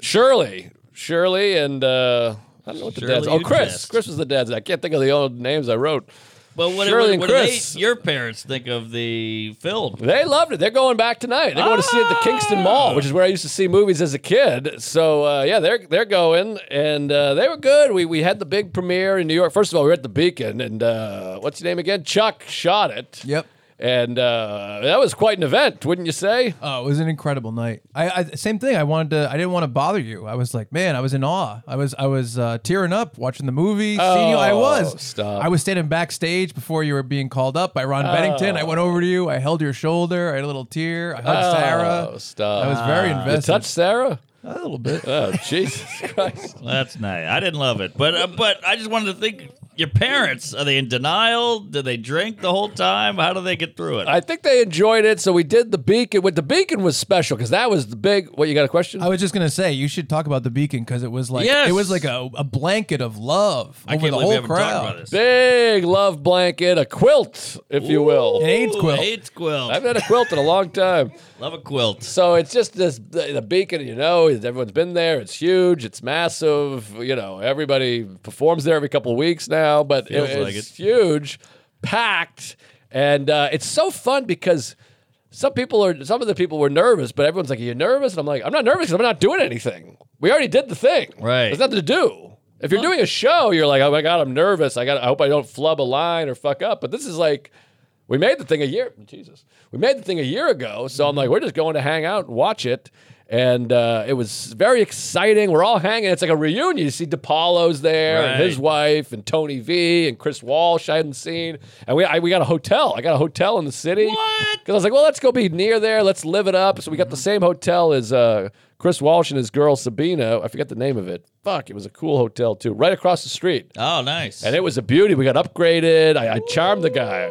Speaker 3: Shirley, Shirley, and uh, I don't know what the
Speaker 2: Shirley
Speaker 3: dad's. Oh,
Speaker 2: and
Speaker 3: Chris.
Speaker 2: Jeff.
Speaker 3: Chris was the dad's. I can't think of the old names I wrote.
Speaker 2: But what,
Speaker 3: Shirley
Speaker 2: what,
Speaker 3: and
Speaker 2: what do they,
Speaker 3: Chris.
Speaker 2: your parents think of the film?
Speaker 3: They loved it. They're going back tonight. They're going to see it at the
Speaker 4: Ah!
Speaker 3: Kingston Mall, which is where I used to see movies as a kid. So uh, yeah, they're they're going, and uh, they were good. We we had the big premiere in New York. First of all, we were at the Beacon, and uh, what's your name again? Chuck shot it.
Speaker 4: Yep.
Speaker 3: And uh, that was quite an event, wouldn't you say?
Speaker 4: Oh, it was an incredible night. I, I same thing. I wanted to. I didn't want to bother you. I was like, man, I was in awe. I was I was uh, tearing up watching the movie. seeing you. I
Speaker 3: Oh,
Speaker 4: was.
Speaker 3: stop.
Speaker 4: I was standing backstage before you were being called up by Ron Bennington. I went over to you. I held your shoulder. I had a little tear. I hugged
Speaker 3: Oh,
Speaker 4: Uh, Sarah.
Speaker 3: stop.
Speaker 4: I was very
Speaker 2: Ah,
Speaker 3: You
Speaker 4: invested.
Speaker 3: touched Sarah?
Speaker 4: a little bit.
Speaker 3: Oh, Jesus Christ.
Speaker 2: That's nice. I didn't love it, but uh, but I just wanted to think. Your parents are they in denial? Do they drink the whole time? How do they get through it?
Speaker 3: I think they enjoyed it. So we did the beacon. With the beacon was special because that was the big. What you got a question?
Speaker 4: I was just gonna say you should talk about the beacon because it was like
Speaker 2: Yes.
Speaker 4: it was like a, a blanket of love
Speaker 2: I
Speaker 4: over
Speaker 2: can't
Speaker 4: the
Speaker 2: believe we
Speaker 4: whole
Speaker 2: haven't talked about
Speaker 4: crowd.
Speaker 2: this.
Speaker 3: big love blanket, a quilt, if you
Speaker 4: An
Speaker 3: will.
Speaker 4: AIDS
Speaker 2: Ooh,
Speaker 4: quilt.
Speaker 2: AIDS quilt.
Speaker 3: I haven't had a quilt in a long time.
Speaker 2: Love a quilt.
Speaker 3: So it's just this the the beacon, you know, everyone's been there. It's huge, it's massive. You know, everybody performs there every couple of weeks now, but it-
Speaker 2: Feels
Speaker 3: it's
Speaker 2: like it.
Speaker 3: huge, packed, and uh, it's so fun because. Some people are. Some of the people were nervous, but everyone's like, "Are you nervous?" And I'm like, "I'm not nervous. 'cause I'm not doing anything. We already did the thing.
Speaker 2: Right.
Speaker 3: There's nothing to do. If you're doing a show, you're like, "Oh my god, I'm nervous. I got. I hope I don't flub a line or fuck up." But this is like, we made the thing a year. Jesus, we made the thing a year ago. So I'm like,
Speaker 2: Mm-hmm.
Speaker 3: we're just going to hang out and watch it. And uh, it was very exciting. We're all hanging. It's like a reunion. You see DePaulo's there and his
Speaker 2: Right.
Speaker 3: wife and Tony V and Chris Walsh. I hadn't seen. And we I, we got a hotel. I got a hotel in the city.
Speaker 2: What? Mm-hmm.
Speaker 3: Because I was like, well, let's go be near there. Let's live it up. So we got the same hotel as uh, Chris Walsh and his girl Sabina. I forget the name of it. Fuck, it was a cool hotel too, right across the street.
Speaker 2: Oh, nice.
Speaker 3: And it was a beauty. We got upgraded. I, I charmed the guy.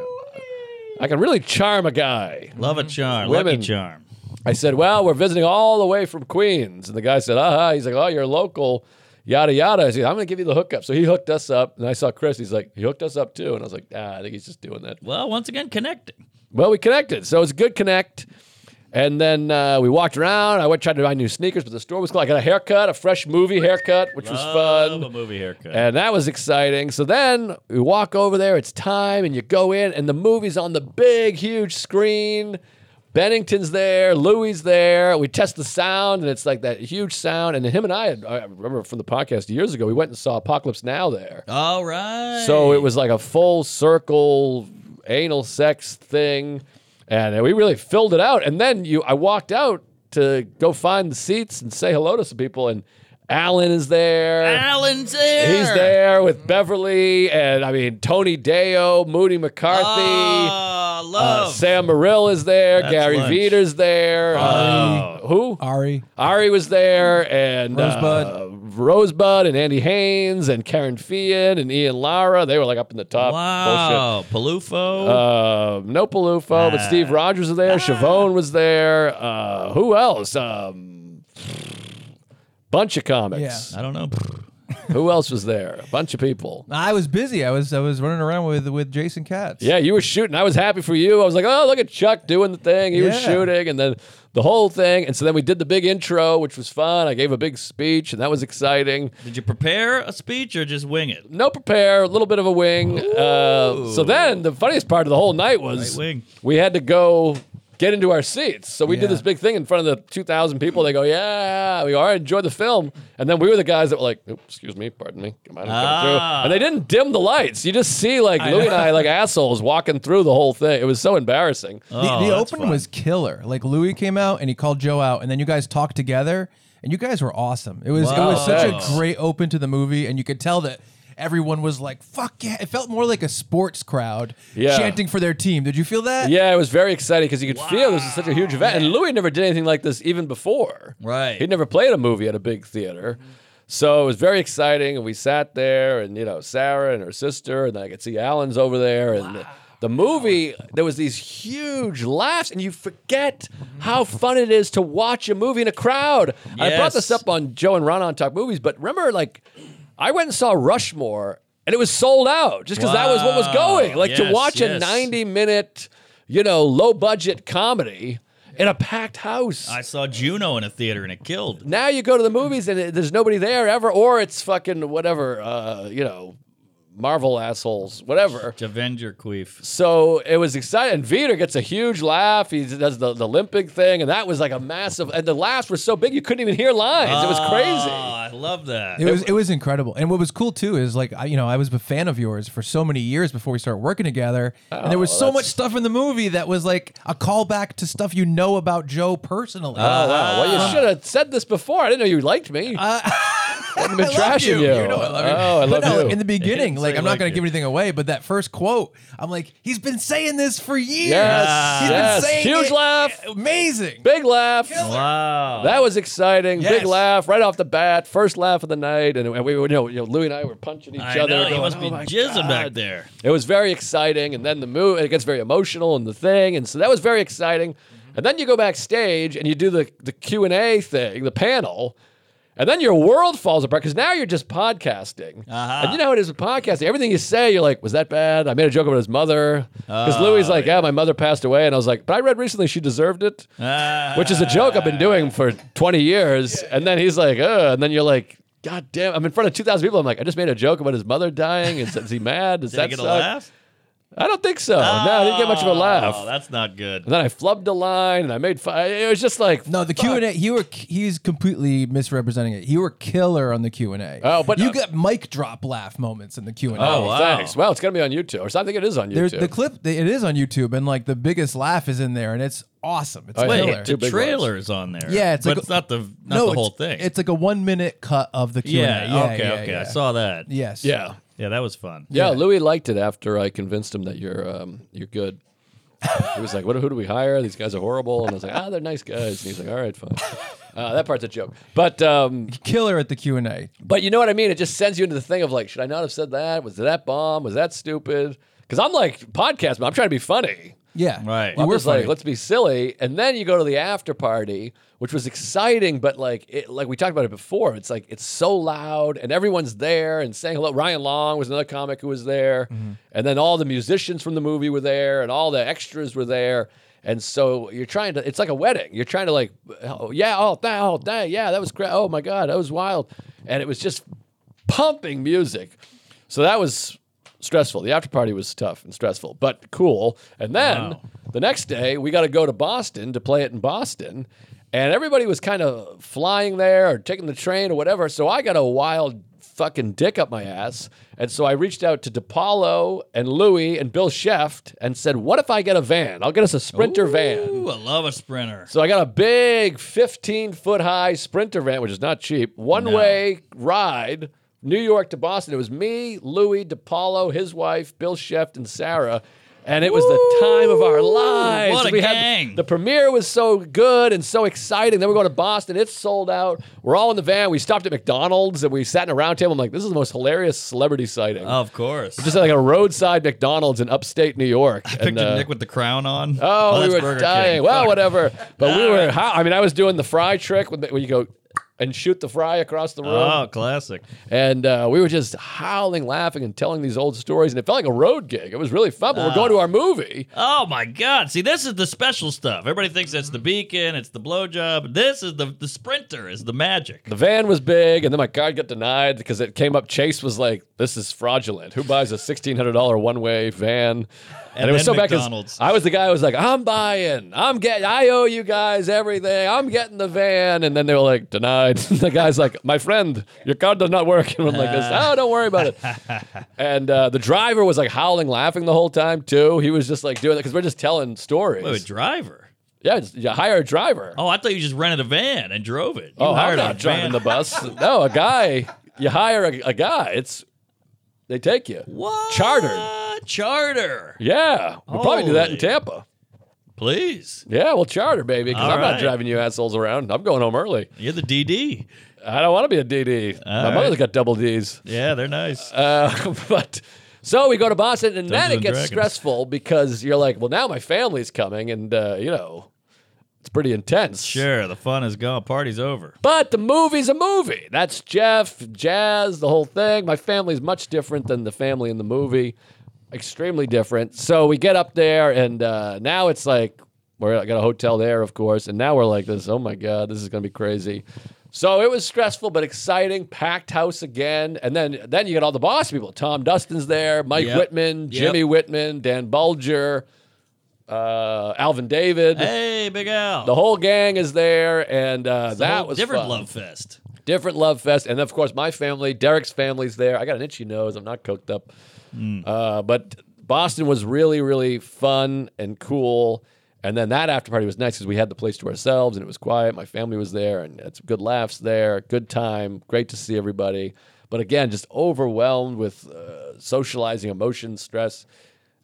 Speaker 3: I can really charm a guy.
Speaker 2: Love a charm.
Speaker 3: Women.
Speaker 2: Lucky charm.
Speaker 3: I said, Well, we're visiting all the way from Queens. And the guy said, Aha. He's like, Oh, you're local, yada, yada. I said, I'm going to give you the hookup. So he hooked us up. And I saw Chris. He's like, He hooked us up too. And I was like, Ah, I think he's just doing that.
Speaker 2: Well, once again, connecting.
Speaker 3: Well, we connected. So it was a good connect. And then uh, we walked around. I went tried to buy new sneakers, but the store was closed. I got a haircut, a fresh movie haircut, which was
Speaker 2: Oh, Love
Speaker 3: fun.
Speaker 2: a movie haircut.
Speaker 3: And that was exciting. So then we walk over there, it's time, and you go in, and the movie's on the big, huge screen. Bennington's there, Louie's there. We test the sound, and it's like that huge sound. And him and I, had, I remember from the podcast years ago, we went and saw Apocalypse Now there.
Speaker 2: All right.
Speaker 3: So it was like a full circle anal sex thing, and we really filled it out. And then you, I walked out to go find the seats and say hello to some people, and Alan is there.
Speaker 2: Ah, Alan's there.
Speaker 3: He's there with Beverly and I mean Tony Deo, Moody McCarthy,
Speaker 2: Oh,
Speaker 3: uh,
Speaker 2: love.
Speaker 3: Sam Morrill is there,
Speaker 2: That's
Speaker 3: Gary
Speaker 2: lunch. Oh.
Speaker 3: Veter's there, uh, who
Speaker 4: Ari.
Speaker 3: Ari was there, and uh,
Speaker 4: Rosebud.
Speaker 3: Rosebud, and Andy Haynes, and Karen Fian, and Ian Lara. They were like up in the top. Bullshit.
Speaker 2: wow. Palufo.
Speaker 3: Uh, no Palufo, but
Speaker 2: Ah.
Speaker 3: Steve Rogers was there. Siobhan was there. Uh, who else? Um, bunch of comics.
Speaker 2: I don't know.
Speaker 3: Who else was there? A bunch of people.
Speaker 4: I was busy. I was I was running around with with Jason Katz.
Speaker 3: Yeah, you were shooting. I was happy for you. I was like, oh, look at Chuck doing the thing. He was
Speaker 4: Yeah.
Speaker 3: shooting, and then the whole thing. And so then we did the big intro, which was fun. I gave a big speech, and that was exciting.
Speaker 2: Did you prepare a speech or just wing it?
Speaker 3: No prepare, a little bit of a wing. Uh, so then the funniest part of the whole night was
Speaker 2: Right wing.
Speaker 3: we had to go get into our seats. So we did
Speaker 4: Yeah.
Speaker 3: this big thing in front of the 2,000 people. They go, yeah, we are, enjoy the film. And then we were the guys that were like, "Oops, excuse me, pardon me, come on, I'm coming
Speaker 2: Ah.
Speaker 3: through. And they didn't dim the lights. You just see like Louie and I like assholes walking through the whole thing. It was so embarrassing.
Speaker 4: The,
Speaker 2: Oh,
Speaker 4: the
Speaker 2: that's
Speaker 4: open
Speaker 2: fun.
Speaker 4: was killer. Like Louis came out and he called Joe out, and then you guys talked together, and you guys were awesome. It was it was
Speaker 3: Wow.
Speaker 4: such
Speaker 3: Thanks.
Speaker 4: a great open to the movie, and you could tell that everyone was like, "Fuck yeah!" It felt more like a sports crowd
Speaker 3: Yeah.
Speaker 4: chanting for their team. Did you feel that?
Speaker 3: Yeah, it was very exciting because you could feel this is such a huge event. And Louis never did anything like this even before.
Speaker 2: Right.
Speaker 3: He'd never played a movie at a big theater. So it was very exciting. And we sat there and, you know, Sarah and her sister, and I could see Alan's over there. And the movie, there was these huge laughs, and you forget how fun it is to watch a movie in a crowd. I brought
Speaker 2: Yes.
Speaker 3: this up on Joe and Ron on Talk Movies, but remember, like, I went and saw Rushmore. And it was sold out just because that was what was
Speaker 2: Wow.
Speaker 3: going. Like to
Speaker 2: Yes,
Speaker 3: watch a
Speaker 2: yes.
Speaker 3: 90 minute, you know, low budget comedy in a packed house.
Speaker 2: I saw Juno in a theater and it killed.
Speaker 3: now you go to the movies and it, there's nobody there ever, or it's fucking whatever, uh, you know, Marvel assholes, whatever.
Speaker 2: To avenge your queef.
Speaker 3: So it was exciting. And Veter gets a huge laugh. He does the, the limping thing, and that was like a massive. And the laughs were so big you couldn't even hear lines. it was
Speaker 2: Oh,
Speaker 3: crazy.
Speaker 2: I love that.
Speaker 4: It was it was incredible. And what was cool too is like I, you know I was a fan of yours for so many years before we started working together, and there
Speaker 3: Oh,
Speaker 4: was so much stuff in the movie that was like a callback to stuff you know about Joe personally.
Speaker 3: Oh wow! Well, you should have said this before. I didn't know you liked me. I've been
Speaker 4: I love
Speaker 3: trashing
Speaker 4: you. You know I love you.
Speaker 3: Oh, I
Speaker 4: but
Speaker 3: love
Speaker 4: no,
Speaker 3: you.
Speaker 4: In the beginning,
Speaker 2: So
Speaker 4: like
Speaker 2: you
Speaker 4: I'm not
Speaker 2: like
Speaker 4: going
Speaker 2: it.
Speaker 4: to give anything away, but that first quote, I'm like, he's been saying this for years.
Speaker 3: Yes,
Speaker 4: he's been
Speaker 3: yes.
Speaker 4: saying
Speaker 3: Huge
Speaker 4: it.
Speaker 3: laugh.
Speaker 4: amazing.
Speaker 3: Big laugh.
Speaker 2: wow.
Speaker 3: That was exciting.
Speaker 4: Yes.
Speaker 3: Big laugh right off the bat. First laugh of the night, and and we, were- you know, you know, Louis and I were punching each
Speaker 2: I
Speaker 3: other.
Speaker 2: know, you
Speaker 3: going,
Speaker 2: must
Speaker 3: "Oh
Speaker 2: be
Speaker 3: my
Speaker 2: jizzing back
Speaker 3: God."
Speaker 2: there.
Speaker 3: It was very exciting, and then the move it gets very emotional and the thing, and so that was very exciting.
Speaker 2: Mm-hmm.
Speaker 3: And then you go backstage and you do the the Q and A thing, the panel. And then your world falls apart because now you're just podcasting.
Speaker 2: Uh-huh.
Speaker 3: And you know how it is with podcasting. Everything you say, you're like, was that bad? I made a joke about his mother. Because
Speaker 2: Oh,
Speaker 3: Louis like, yeah, my mother passed away. And I was like, but I read recently she deserved it
Speaker 2: Ah.
Speaker 3: which is a joke I've been doing for 20 years. And then he's like, "Ugh," and then you're like, God damn, I'm in front of 2,000 people. I'm like, I just made a joke about his mother dying. Is, is he mad? Does
Speaker 2: Did
Speaker 3: that
Speaker 2: I get a
Speaker 3: suck?
Speaker 2: laugh?
Speaker 3: I don't think so. no, I didn't get much of a laugh.
Speaker 2: Oh, that's not good.
Speaker 3: and then I flubbed a line and I made fun. It was just like,
Speaker 4: No, the Q and A. You were he's completely misrepresenting it. You were killer on the Q and A.
Speaker 3: Oh, but-
Speaker 4: you got mic drop laugh moments in the Q and A.
Speaker 2: Oh, wow.
Speaker 3: thanks. Well, it's going to be on YouTube. Or so I think it is on YouTube.
Speaker 4: There's the clip. It is on YouTube, and like the biggest laugh is in there, and it's awesome. It's
Speaker 3: Oh, yeah.
Speaker 2: Wait,
Speaker 4: killer.
Speaker 3: Two
Speaker 2: the
Speaker 3: big
Speaker 2: trailer's on there.
Speaker 4: Yeah, it's
Speaker 2: but
Speaker 4: like-
Speaker 2: it's not the not
Speaker 4: no,
Speaker 2: the whole
Speaker 4: it's,
Speaker 2: thing.
Speaker 4: It's like a one minute cut of the Q and
Speaker 2: yeah,
Speaker 4: A.
Speaker 2: okay,
Speaker 4: yeah,
Speaker 2: okay. I
Speaker 4: yeah.
Speaker 2: saw that.
Speaker 4: Yes.
Speaker 3: yeah.
Speaker 2: Yeah, that was fun.
Speaker 3: Yeah, Louis liked it after I convinced him that you're um, you're good. He was like, "What? Who do we hire? These guys are horrible." And I was like, "Ah, they're nice guys." And he's like, "All right, fine." Uh, that part's a joke, but um,
Speaker 4: Killer at the Q and A.
Speaker 3: But you know what I mean? It just sends you into the thing of like, should I not have said that? Was that bomb? Was that stupid? Because I'm like podcast, but I'm trying to be funny.
Speaker 4: Yeah.
Speaker 2: Right.
Speaker 4: You
Speaker 3: I'm
Speaker 4: were
Speaker 3: just like,
Speaker 4: funny.
Speaker 3: let's be silly. And then you go to the after party, which was exciting, but like, it, like we talked about it before, it's like it's so loud and everyone's there and saying hello. Ryan Long was another comic who was there,
Speaker 4: Mm-hmm.
Speaker 3: and then all the musicians from the movie were there, and all the extras were there. And so you're trying to, it's like a wedding. You're trying to like, oh, yeah, oh, that, oh, that, yeah, that was great. Oh my god, that was wild, and it was just pumping music. So that was stressful. The after party was tough and stressful, but cool. And then the next day, we got to go to Boston to play it in Boston. And everybody was kind of flying there or taking the train or whatever. So I got a wild fucking dick up my ass. And so I reached out to DePaulo and Louie and Bill Sheft and said, What if I get a van? I'll get us a Sprinter van.
Speaker 2: Ooh, I love a sprinter.
Speaker 3: So I got a big 15 foot high sprinter van, which is not cheap, one way ride, New York to Boston. It was me, Louis, DePaulo, his wife, Bill Sheft, and Sarah. And it was the time of our lives.
Speaker 2: What a
Speaker 3: we had-
Speaker 2: gang.
Speaker 3: the premiere was so good and so exciting. Then we're going to Boston. It's sold out. We're all in the van. We stopped at McDonald's and we sat in a round table. I'm like, this is the most hilarious celebrity sighting.
Speaker 2: Of course.
Speaker 3: Just like a roadside McDonald's in upstate New York.
Speaker 2: I pictured
Speaker 3: And, uh,
Speaker 2: Nick with the crown on.
Speaker 3: Oh, we
Speaker 2: that's
Speaker 3: were
Speaker 2: Burger King.
Speaker 3: dying. Well,
Speaker 2: Fuck.
Speaker 3: whatever. But we were. Hot. I mean, I was doing the fry trick when, when you go and shoot the fry across the room,
Speaker 2: Oh, classic.
Speaker 3: and uh, we were just howling, laughing, and telling these old stories, and it felt like a road gig. It was really fun. But we're going to
Speaker 2: Ah.
Speaker 3: our movie.
Speaker 2: Oh my God! See, this is the special stuff. Everybody thinks it's the beacon, it's the blowjob. This is the the sprinter is the magic.
Speaker 3: The van was big, and then my card got denied because it came up. Chase was like, "This is fraudulent. Who buys a sixteen hundred dollar one way van?" And, it was
Speaker 2: then
Speaker 3: so bad 'cause
Speaker 2: McDonald's.
Speaker 3: I was the guy who was like, "I'm buying. I'm getting. I owe you guys everything. I'm getting the van." And then they were like, "Denied." the guy's like, "My friend, your card does not work." And I'm like, "This. Oh, don't worry about it." and uh, the driver was like howling, laughing the whole time too. He was just like doing it because we're just telling stories.
Speaker 2: Wait, a driver.
Speaker 3: yeah, it's- you hire a driver.
Speaker 2: Oh, I thought you just rented a van and drove it. You
Speaker 3: Oh,
Speaker 2: hired
Speaker 3: I'm
Speaker 2: a
Speaker 3: not driving
Speaker 2: van.
Speaker 3: the bus. No, a guy. You hire a, a guy. It's they take you.
Speaker 2: What?
Speaker 3: Chartered.
Speaker 2: Charter.
Speaker 3: Yeah, we'll probably do that in
Speaker 2: Holy.
Speaker 3: Tampa.
Speaker 2: Please.
Speaker 3: Yeah, we'll charter, baby. Because
Speaker 2: All
Speaker 3: I'm
Speaker 2: right.
Speaker 3: not driving you assholes around. I'm going home early.
Speaker 2: You're the DD.
Speaker 3: I don't want to be a DD. My
Speaker 2: right.
Speaker 3: mother's got double Ds.
Speaker 2: Yeah, they're nice.
Speaker 3: Uh, but so we go to Boston, and
Speaker 2: Dungeons
Speaker 3: then it
Speaker 2: and
Speaker 3: gets
Speaker 2: Dragons.
Speaker 3: stressful because you're like, well, now my family's coming, and uh, you know, it's pretty intense.
Speaker 2: sure, the fun is gone. Party's over.
Speaker 3: But the movie's a movie. That's Jeff, Jazz, the whole thing. My family's much different than the family in the movie. Extremely different. So we get up there, and uh, now it's like we're I got a hotel there, of course, and now we're like this. Oh my god, this is gonna be crazy. So it was stressful but exciting, packed house again. And then then you get all the boss people. Tom Dustin's there, Mike
Speaker 2: Yep.
Speaker 3: Whitman,
Speaker 2: Yep.
Speaker 3: Jimmy Whitman, Dan Bulger, uh, Alvin David.
Speaker 2: Hey, Big Al.
Speaker 3: The whole gang is there, and uh,
Speaker 2: It's a
Speaker 3: that
Speaker 2: whole
Speaker 3: was
Speaker 2: different
Speaker 3: fun.
Speaker 2: love fest.
Speaker 3: different love fest, and of course my family, Derek's family's there. I got an itchy nose. I'm not cooked up, uh, but Boston was really, really fun and cool. And then that after party was nice because we had the place to ourselves and it was quiet. My family was there, and it's good laughs there, good time, great to see everybody. But again, just overwhelmed with uh, socializing, emotion, stress.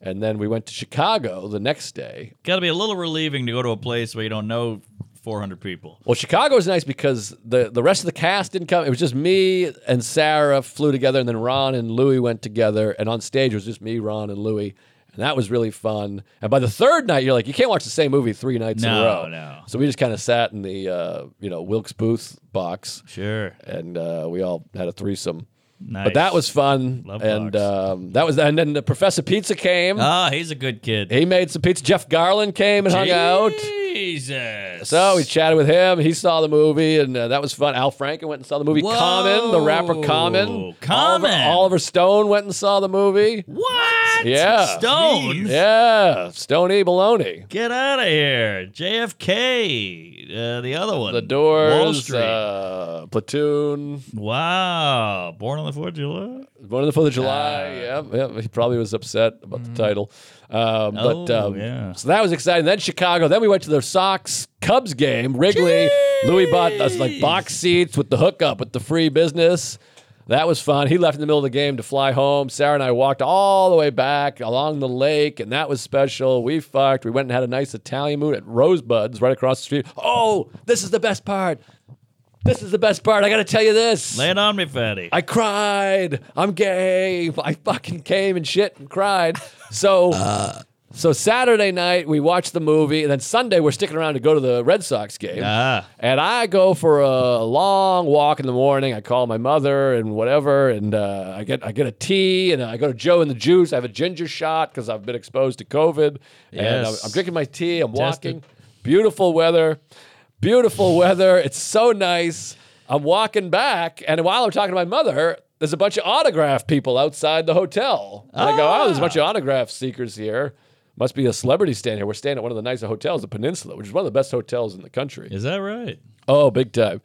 Speaker 3: And then we went to Chicago the next day,
Speaker 2: Got to be a little relieving to go to a place where you don't know 400 people.
Speaker 3: Well, Chicago was nice because the, the rest of the cast didn't come. It was just me and Sarah flew together, and then Ron and Louie went together. And on stage, it was just me, Ron, and Louie. And that was really fun. And by the third night, you're like, you can't watch the same movie three nights in a
Speaker 2: No,
Speaker 3: row.
Speaker 2: no.
Speaker 3: So we just kind of sat in the uh, you know Wilkes Booth box,
Speaker 2: Sure.
Speaker 3: and uh, we all had a threesome.
Speaker 2: Nice.
Speaker 3: But that was fun,
Speaker 2: Love
Speaker 3: and
Speaker 2: box.
Speaker 3: um, that was. And then the Professor Pizza came.
Speaker 2: Ah, he's a good kid.
Speaker 3: he made some pizza. Jeff Garland came and hung out.
Speaker 2: Jesus.
Speaker 3: So we chatted with him. He saw the movie, and uh, that was fun. Al Franken went and saw the movie
Speaker 2: Whoa.
Speaker 3: Common, the rapper Common.
Speaker 2: Common.
Speaker 3: Oliver, Oliver Stone went and saw the movie.
Speaker 2: What?
Speaker 3: Yeah.
Speaker 2: Stone.
Speaker 3: Yeah, Stoney Baloney.
Speaker 2: Get out of here. JFK. Uh, the other one.
Speaker 3: The
Speaker 2: Wall
Speaker 3: Doors,
Speaker 2: Street.
Speaker 3: uh, Platoon,
Speaker 2: wow. Born on the 4th of July.
Speaker 3: Born on the Fourth of July. yeah,
Speaker 2: Ah.
Speaker 3: yeah, he probably was upset about the title. Um, but
Speaker 2: Mm-hmm. Oh,
Speaker 3: um,
Speaker 2: yeah.
Speaker 3: so that was exciting. Then Chicago. Then we went to the Sox Cubs game. Wrigley. Louis bought us like box seats with the hookup with the free business. That was fun. He left in the middle of the game to fly home. Sarah and I walked all the way back along the lake, and that was special. We fucked. We went and had a nice Italian mood at Rosebuds right across the street. Oh, this is the best part. This is the best part. I got to tell you this.
Speaker 2: Lay it on me, fatty.
Speaker 3: I cried. I'm gay. I fucking came and shit and cried. So,
Speaker 2: Uh.
Speaker 3: so Saturday night we watched the movie, and then Sunday we're sticking around to go to the Red Sox game.
Speaker 2: ah.
Speaker 3: And I go for a long walk in the morning. I call my mother and whatever, and uh, I get I get a tea, and I go to Joe and the Juice. I have a ginger shot because I've been exposed to COVID, and I'm,
Speaker 2: Yes.
Speaker 3: I'm drinking my tea. I'm
Speaker 2: Tested.
Speaker 3: walking. Beautiful weather, beautiful weather. It's so nice. I'm walking back, and while I'm talking to my mother, there's a bunch of autograph people outside the hotel. And I go, oh, there's a bunch of autograph seekers here. Must be a celebrity stand here. We're staying at one of the nicer hotels, the Peninsula, which is one of the best hotels in the country.
Speaker 2: Is that right?
Speaker 3: Oh, big time.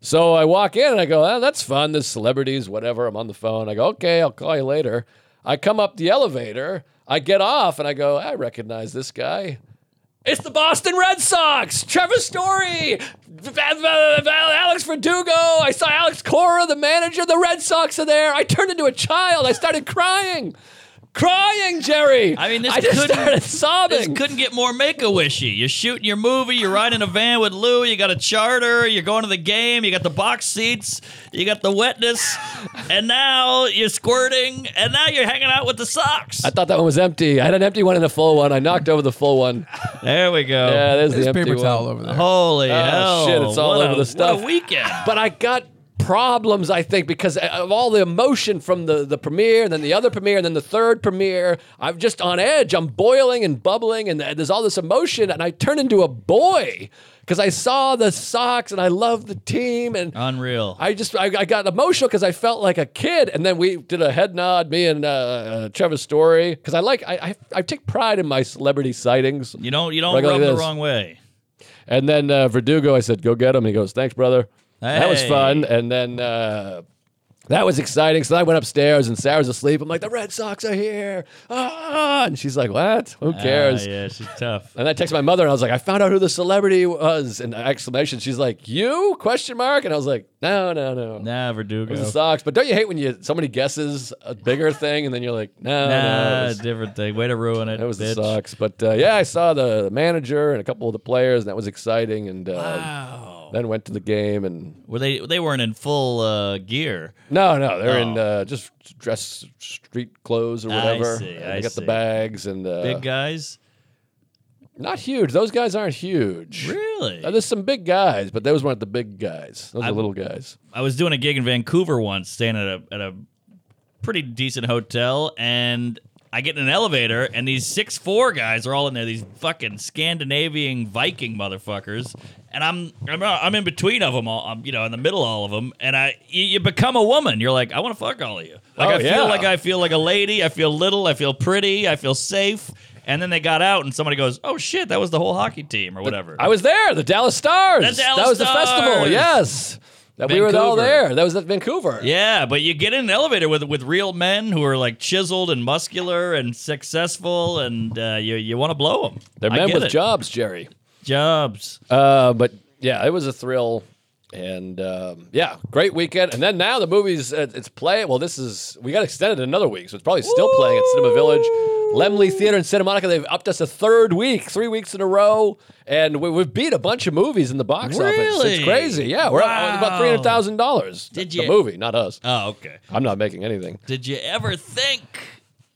Speaker 3: So I walk in and I go, oh, that's fun. There's celebrities, whatever. I'm on the phone. I go, okay, I'll call you later. I come up the elevator. I get off and I go, I recognize this guy. It's the Boston Red Sox. Trevor Story, Alex Verdugo. I saw Alex Cora, the manager. The Red Sox are there. I turned into a child. I started crying, crying, Jerry.
Speaker 2: I mean, this
Speaker 3: I just
Speaker 2: couldn't-
Speaker 3: started
Speaker 2: This
Speaker 3: sobbing.
Speaker 2: couldn't get more make a wishy. You're shooting your movie, you're riding a van with Lou, you got a charter, you're going to the game, you got the box seats, you got the wetness, and now you're squirting, and now you're hanging out with the socks.
Speaker 3: I thought that one was empty. I had an empty one and a full one. I knocked over the full one.
Speaker 2: There we go.
Speaker 3: Yeah, there's
Speaker 4: There's
Speaker 3: the empty
Speaker 4: paper
Speaker 3: one.
Speaker 4: towel over there.
Speaker 2: Uh-huh. Holy hell.
Speaker 3: Oh, shit, it's all
Speaker 2: What
Speaker 3: over
Speaker 2: a-
Speaker 3: the stuff.
Speaker 2: What a weekend.
Speaker 3: But I got problems, I think, because uh, of all the emotion from the, the premiere, and then the other premiere, and then the third premiere. I'm just on edge. I'm boiling and bubbling, and uh, there's all this emotion, and I turn into a boy because I saw the socks and I love the team, and
Speaker 4: Uh.
Speaker 2: Unreal.
Speaker 3: I just I, I got emotional because I felt like a kid, and then we did a head nod, me and uh, uh, Trevor Story, because I like I, I I take pride in my celebrity sightings.
Speaker 2: you don't you don't
Speaker 3: Like
Speaker 2: rub the
Speaker 3: this.
Speaker 2: wrong way.
Speaker 3: And then uh, Verdugo, I said, "Go get him." He goes, "Thanks, brother." That was
Speaker 2: Hey.
Speaker 3: fun. And then uh, that was exciting. So I went upstairs, and Sarah's asleep. I'm like, "The Red Sox are here!" Ah! And she's like, "What? Who cares?"
Speaker 2: Ah, yeah, she's tough.
Speaker 3: And I texted my mother, and I was like, "I found out who the celebrity was!" And exclamation, she's like, "You?" Question mark. And I was like, "No, no, no." It
Speaker 2: Nah,
Speaker 3: was
Speaker 2: Verdugo.
Speaker 3: the Sox. But don't you hate when you somebody guesses a bigger thing, and then you're like, "No, no."
Speaker 2: Nah,
Speaker 3: it was-
Speaker 2: different thing. Way to ruin it.
Speaker 3: That was
Speaker 2: bitch.
Speaker 3: the Sox, but uh, yeah, I saw the manager and a couple of the players, and that was exciting. And uh,
Speaker 2: Wow.
Speaker 3: then went to the game and
Speaker 2: Were they they weren't in full uh, gear.
Speaker 3: no, no, they're in
Speaker 2: Oh.
Speaker 3: uh, just dress street clothes or
Speaker 2: I
Speaker 3: whatever.
Speaker 2: see,
Speaker 3: And they
Speaker 2: I
Speaker 3: got the
Speaker 2: see.
Speaker 3: bags and uh,
Speaker 2: Big guys?
Speaker 3: not huge. Those guys aren't huge.
Speaker 2: Really?
Speaker 3: Uh, There's some big guys, but those weren't the big guys. Those are
Speaker 2: I'm-
Speaker 3: little guys.
Speaker 2: I was doing a gig in Vancouver once, staying at a at a pretty decent hotel, and I get in an elevator, and these six four guys are all in there. These fucking Scandinavian Viking motherfuckers, and I'm I'm, uh, I'm in between of them all. I'm you know in the middle of all of them, and I you, you become a woman. You're like I want to fuck all of you. Like
Speaker 3: Oh,
Speaker 2: I
Speaker 3: yeah.
Speaker 2: feel like I feel like a lady. I feel little. I feel pretty. I feel safe. And then they got out, and somebody goes, "Oh shit, that was the whole hockey team or whatever."
Speaker 3: I was there, the Dallas Stars.
Speaker 2: The Dallas
Speaker 3: that was the festival.
Speaker 2: Stars.
Speaker 3: Yes. That we were all
Speaker 2: Vancouver.
Speaker 3: there. That was at Vancouver.
Speaker 2: Yeah, but you get in an elevator with with real men who are like chiseled and muscular and successful, and uh, you you want to blow them.
Speaker 3: They're
Speaker 2: I
Speaker 3: men
Speaker 2: get
Speaker 3: with
Speaker 2: it.
Speaker 3: jobs, Jerry.
Speaker 2: jobs.
Speaker 3: Uh, but yeah, it was a thrill, and um, yeah, great weekend. And then now the movie's uh, it's play. Well, this is we got extended another week, so it's probably still playing at Cinema Village, Lemley Theater in Santa Monica. They've upped us a third week, three weeks in a row, and we, we've beat a bunch of movies in the box office.
Speaker 2: Really?
Speaker 3: It's crazy. Yeah, we're up
Speaker 2: Wow.
Speaker 3: about three hundred thousand dollars.
Speaker 2: Did
Speaker 3: the
Speaker 2: you-
Speaker 3: movie, not us?
Speaker 2: Oh, okay.
Speaker 3: I'm not making anything.
Speaker 2: Did you ever think?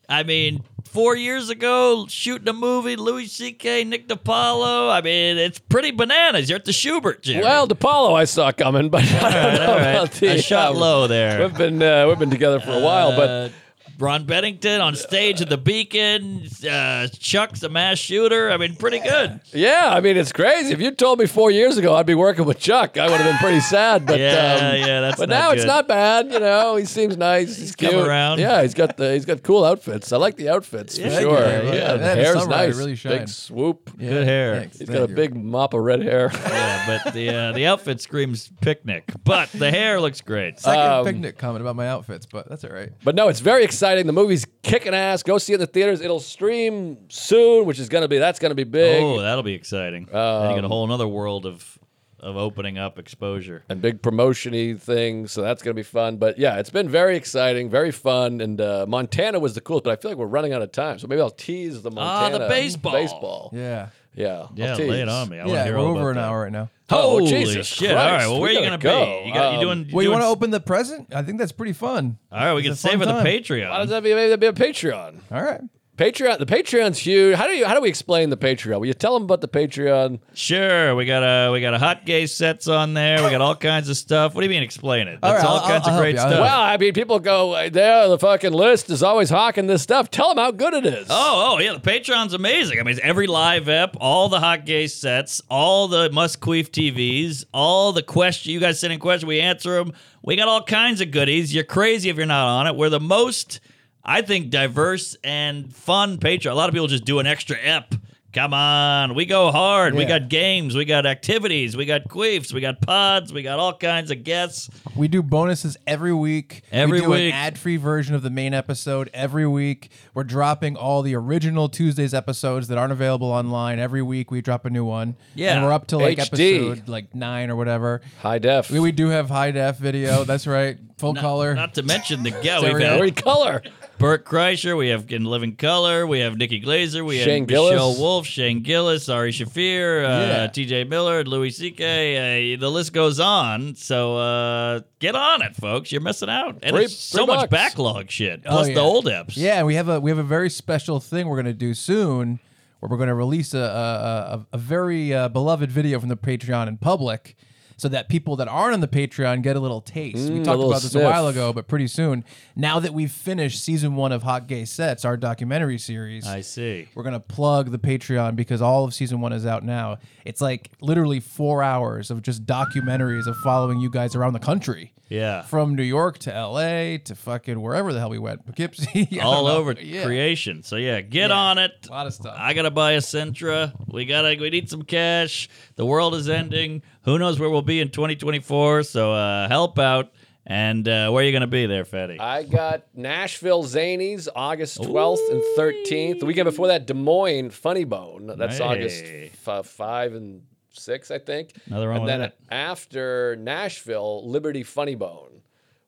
Speaker 2: I mean, four years ago, shooting a movie, Louis C.K., Nick DiPaolo. I mean, it's pretty bananas. You're at the Schubert, Jerry.
Speaker 3: Well, DePaulo I saw coming, but I don't know
Speaker 2: All right.
Speaker 3: about the.
Speaker 2: I shot
Speaker 3: um,
Speaker 2: low there.
Speaker 3: We've been uh, we've been together for a while, but
Speaker 2: Uh, Ron Bennington on stage at the Beacon. Uh, Chuck's a mass shooter. I mean, pretty good.
Speaker 3: Yeah, I mean it's crazy. If you told me four years ago I'd be working with Chuck, I would have been pretty sad. But
Speaker 2: Yeah,
Speaker 3: um,
Speaker 2: yeah, that's
Speaker 3: But
Speaker 2: not
Speaker 3: now it's
Speaker 2: good.
Speaker 3: not bad. You know, he seems nice. He's
Speaker 2: come
Speaker 3: cute.
Speaker 2: around.
Speaker 3: Yeah, he's got the he's got cool outfits. I like the outfits for
Speaker 2: Yeah,
Speaker 3: sure.
Speaker 4: yeah,
Speaker 3: Yeah,
Speaker 4: yeah. That
Speaker 3: the
Speaker 4: and the
Speaker 3: hair's
Speaker 4: summer, I
Speaker 3: nice.
Speaker 4: really shine.
Speaker 3: big swoop.
Speaker 4: Yeah,
Speaker 2: Good hair.
Speaker 4: thanks.
Speaker 3: He's
Speaker 4: Thank
Speaker 3: got a
Speaker 4: you.
Speaker 3: big mop of red hair.
Speaker 2: yeah, but the uh, the outfit screams picnic, but the hair looks great.
Speaker 4: second
Speaker 3: um,
Speaker 4: picnic comment about my outfits, but that's all right.
Speaker 3: But no, it's very exciting. The movie's kicking ass. Go see it in the theaters. It'll stream soon, which is gonna be that's gonna be big.
Speaker 2: Oh, that'll be exciting. then
Speaker 3: Um,
Speaker 2: you get a whole another world of of opening up exposure.
Speaker 3: and big promotiony things. So that's going to be fun. But yeah, it's been very exciting, very fun. And uh, Montana was the coolest, but I feel like we're running out of time. So maybe I'll tease the
Speaker 2: Ah, the
Speaker 3: Montana
Speaker 2: baseball.
Speaker 3: Baseball. Yeah,
Speaker 4: Yeah.
Speaker 3: yeah.
Speaker 2: Yeah,
Speaker 3: I'll tease.
Speaker 2: lay it on me. I want to
Speaker 4: Yeah,
Speaker 2: hear
Speaker 4: we're
Speaker 2: all
Speaker 4: over an
Speaker 2: about that.
Speaker 4: hour right now.
Speaker 3: Oh,
Speaker 2: Holy
Speaker 3: Jesus
Speaker 2: shit!
Speaker 3: Christ,
Speaker 2: all right, well, where
Speaker 3: we
Speaker 2: are you gonna
Speaker 3: gotta go.
Speaker 2: be? You, got, you
Speaker 3: Um,
Speaker 2: doing?
Speaker 4: Well, you
Speaker 2: doing-
Speaker 4: want to open the present? I think that's pretty fun.
Speaker 2: All right, we
Speaker 4: It's
Speaker 2: can
Speaker 4: a
Speaker 2: save
Speaker 4: fun
Speaker 2: it for the
Speaker 4: time.
Speaker 3: How does
Speaker 2: Patreon.
Speaker 3: that be? Maybe that'd be a Patreon.
Speaker 4: All right.
Speaker 3: Patreon. The Patreon's huge. How do you? How do we explain the Patreon? Will you tell them about the Patreon?
Speaker 2: Sure, we got a we got a hot gay sets on there. We got all kinds of stuff. What do you mean explain it?
Speaker 4: All
Speaker 2: That's
Speaker 4: right,
Speaker 2: all
Speaker 4: I'll-
Speaker 2: kinds
Speaker 4: I'll
Speaker 2: of
Speaker 4: help
Speaker 2: great
Speaker 4: you. I'll
Speaker 2: stuff.
Speaker 4: help
Speaker 3: Well, I mean, people go there. The fucking list is always hawking this stuff. Tell them how good it is.
Speaker 2: Oh, oh yeah, the Patreon's amazing. I mean, it's every live ep, all the hot gay sets, all the must queef TVs, all the question you guys send in questions, we answer them. We got all kinds of goodies. You're crazy if you're not on it. We're the most, I think, diverse and fun Patreon. A lot of people just do an extra ep. Come on, we go hard. We
Speaker 4: Yeah.
Speaker 2: got games, we got activities, we got queefs, we got pods, we got all kinds of guests.
Speaker 4: We do bonuses every week.
Speaker 2: Every
Speaker 4: we do
Speaker 2: week.
Speaker 4: an ad-free version of the main episode every week. We're dropping all the original Tuesdays episodes that aren't available online every week. We drop a new one.
Speaker 2: Yeah.
Speaker 4: and we're up to like
Speaker 3: HD.
Speaker 4: episode like nine or whatever.
Speaker 3: High def.
Speaker 4: We, we do have high def video. That's right, full color.
Speaker 2: Not to mention the guest
Speaker 4: There
Speaker 2: we've
Speaker 4: we go.
Speaker 2: had.
Speaker 3: Every color.
Speaker 2: Burt Kreischer, we have In Living Color, we have Nikki Glazer, we
Speaker 3: Shane
Speaker 2: have Michelle
Speaker 3: Gillis.
Speaker 2: Wolf, Shane Gillis, Ari Shafir, uh,
Speaker 4: Yeah.
Speaker 2: TJ Miller, Louis C.K. Uh, the list goes on. So uh, get on it, folks. You're missing out. And
Speaker 3: Three-
Speaker 2: it's so
Speaker 3: three bucks.
Speaker 2: much backlog shit, plus
Speaker 4: Oh, yeah.
Speaker 2: the old apps.
Speaker 4: Yeah, and we have a we have a very special thing we're gonna do soon, where we're gonna release a a, a, a very uh, beloved video from the Patreon in public, so that people that aren't on the Patreon get a little taste. we talked
Speaker 3: Mm, little
Speaker 4: about this
Speaker 3: sniff.
Speaker 4: a while ago, but pretty soon, now that we've finished season one of Hot Gay Sets, our documentary series,
Speaker 2: I see.
Speaker 4: we're gonna plug the Patreon because all of season one is out now. It's like literally four hours of just documentaries of following you guys around the country.
Speaker 2: Yeah.
Speaker 4: From New York to LA to fucking wherever the hell we went, Poughkeepsie, I don't
Speaker 2: All
Speaker 4: know.
Speaker 2: over
Speaker 4: Yeah.
Speaker 2: creation. So yeah, get on it.
Speaker 4: A lot of stuff.
Speaker 2: I gotta buy a Sentra. We gotta. We need some cash. The world is ending. Who knows where we'll be in 2024? So uh, help out. And uh, where are you gonna be there, Fatty?
Speaker 3: I got Nashville Zanies August 12th and 13th. The weekend before that, Des Moines Funny Bone. That's
Speaker 2: Hey.
Speaker 3: August f- 5 and 6, I think.
Speaker 2: Nothing wrong
Speaker 3: and
Speaker 2: with
Speaker 3: then
Speaker 2: that.
Speaker 3: after Nashville, Liberty Funny Bone,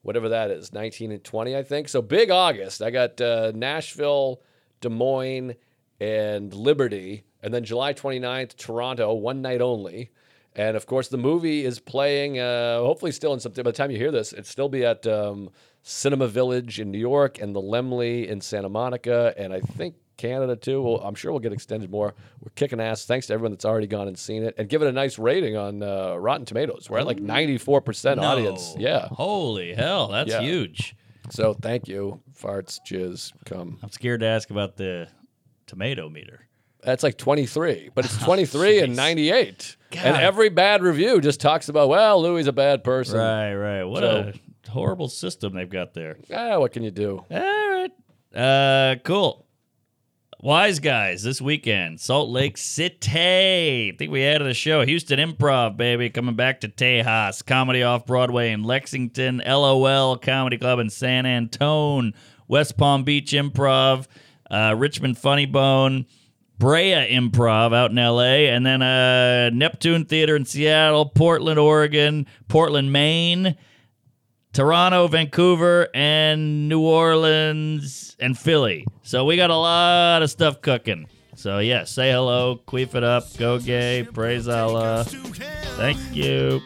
Speaker 3: whatever that is, 19 and 20, I think. So big August. I got uh, Nashville, Des Moines, and Liberty. And then July 29th, Toronto, one night only. And of course, the movie is playing. Uh, hopefully, still in September. By the time you hear this, it'll still be at um, Cinema Village in New York and the Lemley in Santa Monica, and I think Canada too. Well, I'm sure we'll get extended more. We're kicking ass. Thanks to everyone that's already gone and seen it, and give it a nice rating on uh, Rotten Tomatoes. We're at like 94 percent audience.
Speaker 2: No.
Speaker 3: Yeah,
Speaker 2: Holy hell, that's
Speaker 3: Yeah.
Speaker 2: huge.
Speaker 3: So thank you, farts, jizz, come.
Speaker 2: I'm scared to ask about the tomato meter.
Speaker 3: That's like 23, but it's 23 and
Speaker 2: Oh, jeez.
Speaker 3: 98. And
Speaker 2: God.
Speaker 3: every bad review just talks about, well, Louis a bad person.
Speaker 2: Right, right. What a horrible system they've got there.
Speaker 3: Ah, what can you do?
Speaker 2: All right. Uh, cool. Wise guys this weekend, Salt Lake City. I think we added a show. Houston Improv, baby, coming back to Tejas. Comedy off Broadway in Lexington. LOL Comedy Club in San Antone. West Palm Beach Improv. Uh, Richmond Funny Bone. Brea Improv out in LA, and then uh, Neptune Theater in Seattle, Portland, Oregon, Portland, Maine, Toronto, Vancouver, and New Orleans and Philly. So we got a lot of stuff cooking. So yeah, say hello, queef it up, go gay, praise Allah. Thank you.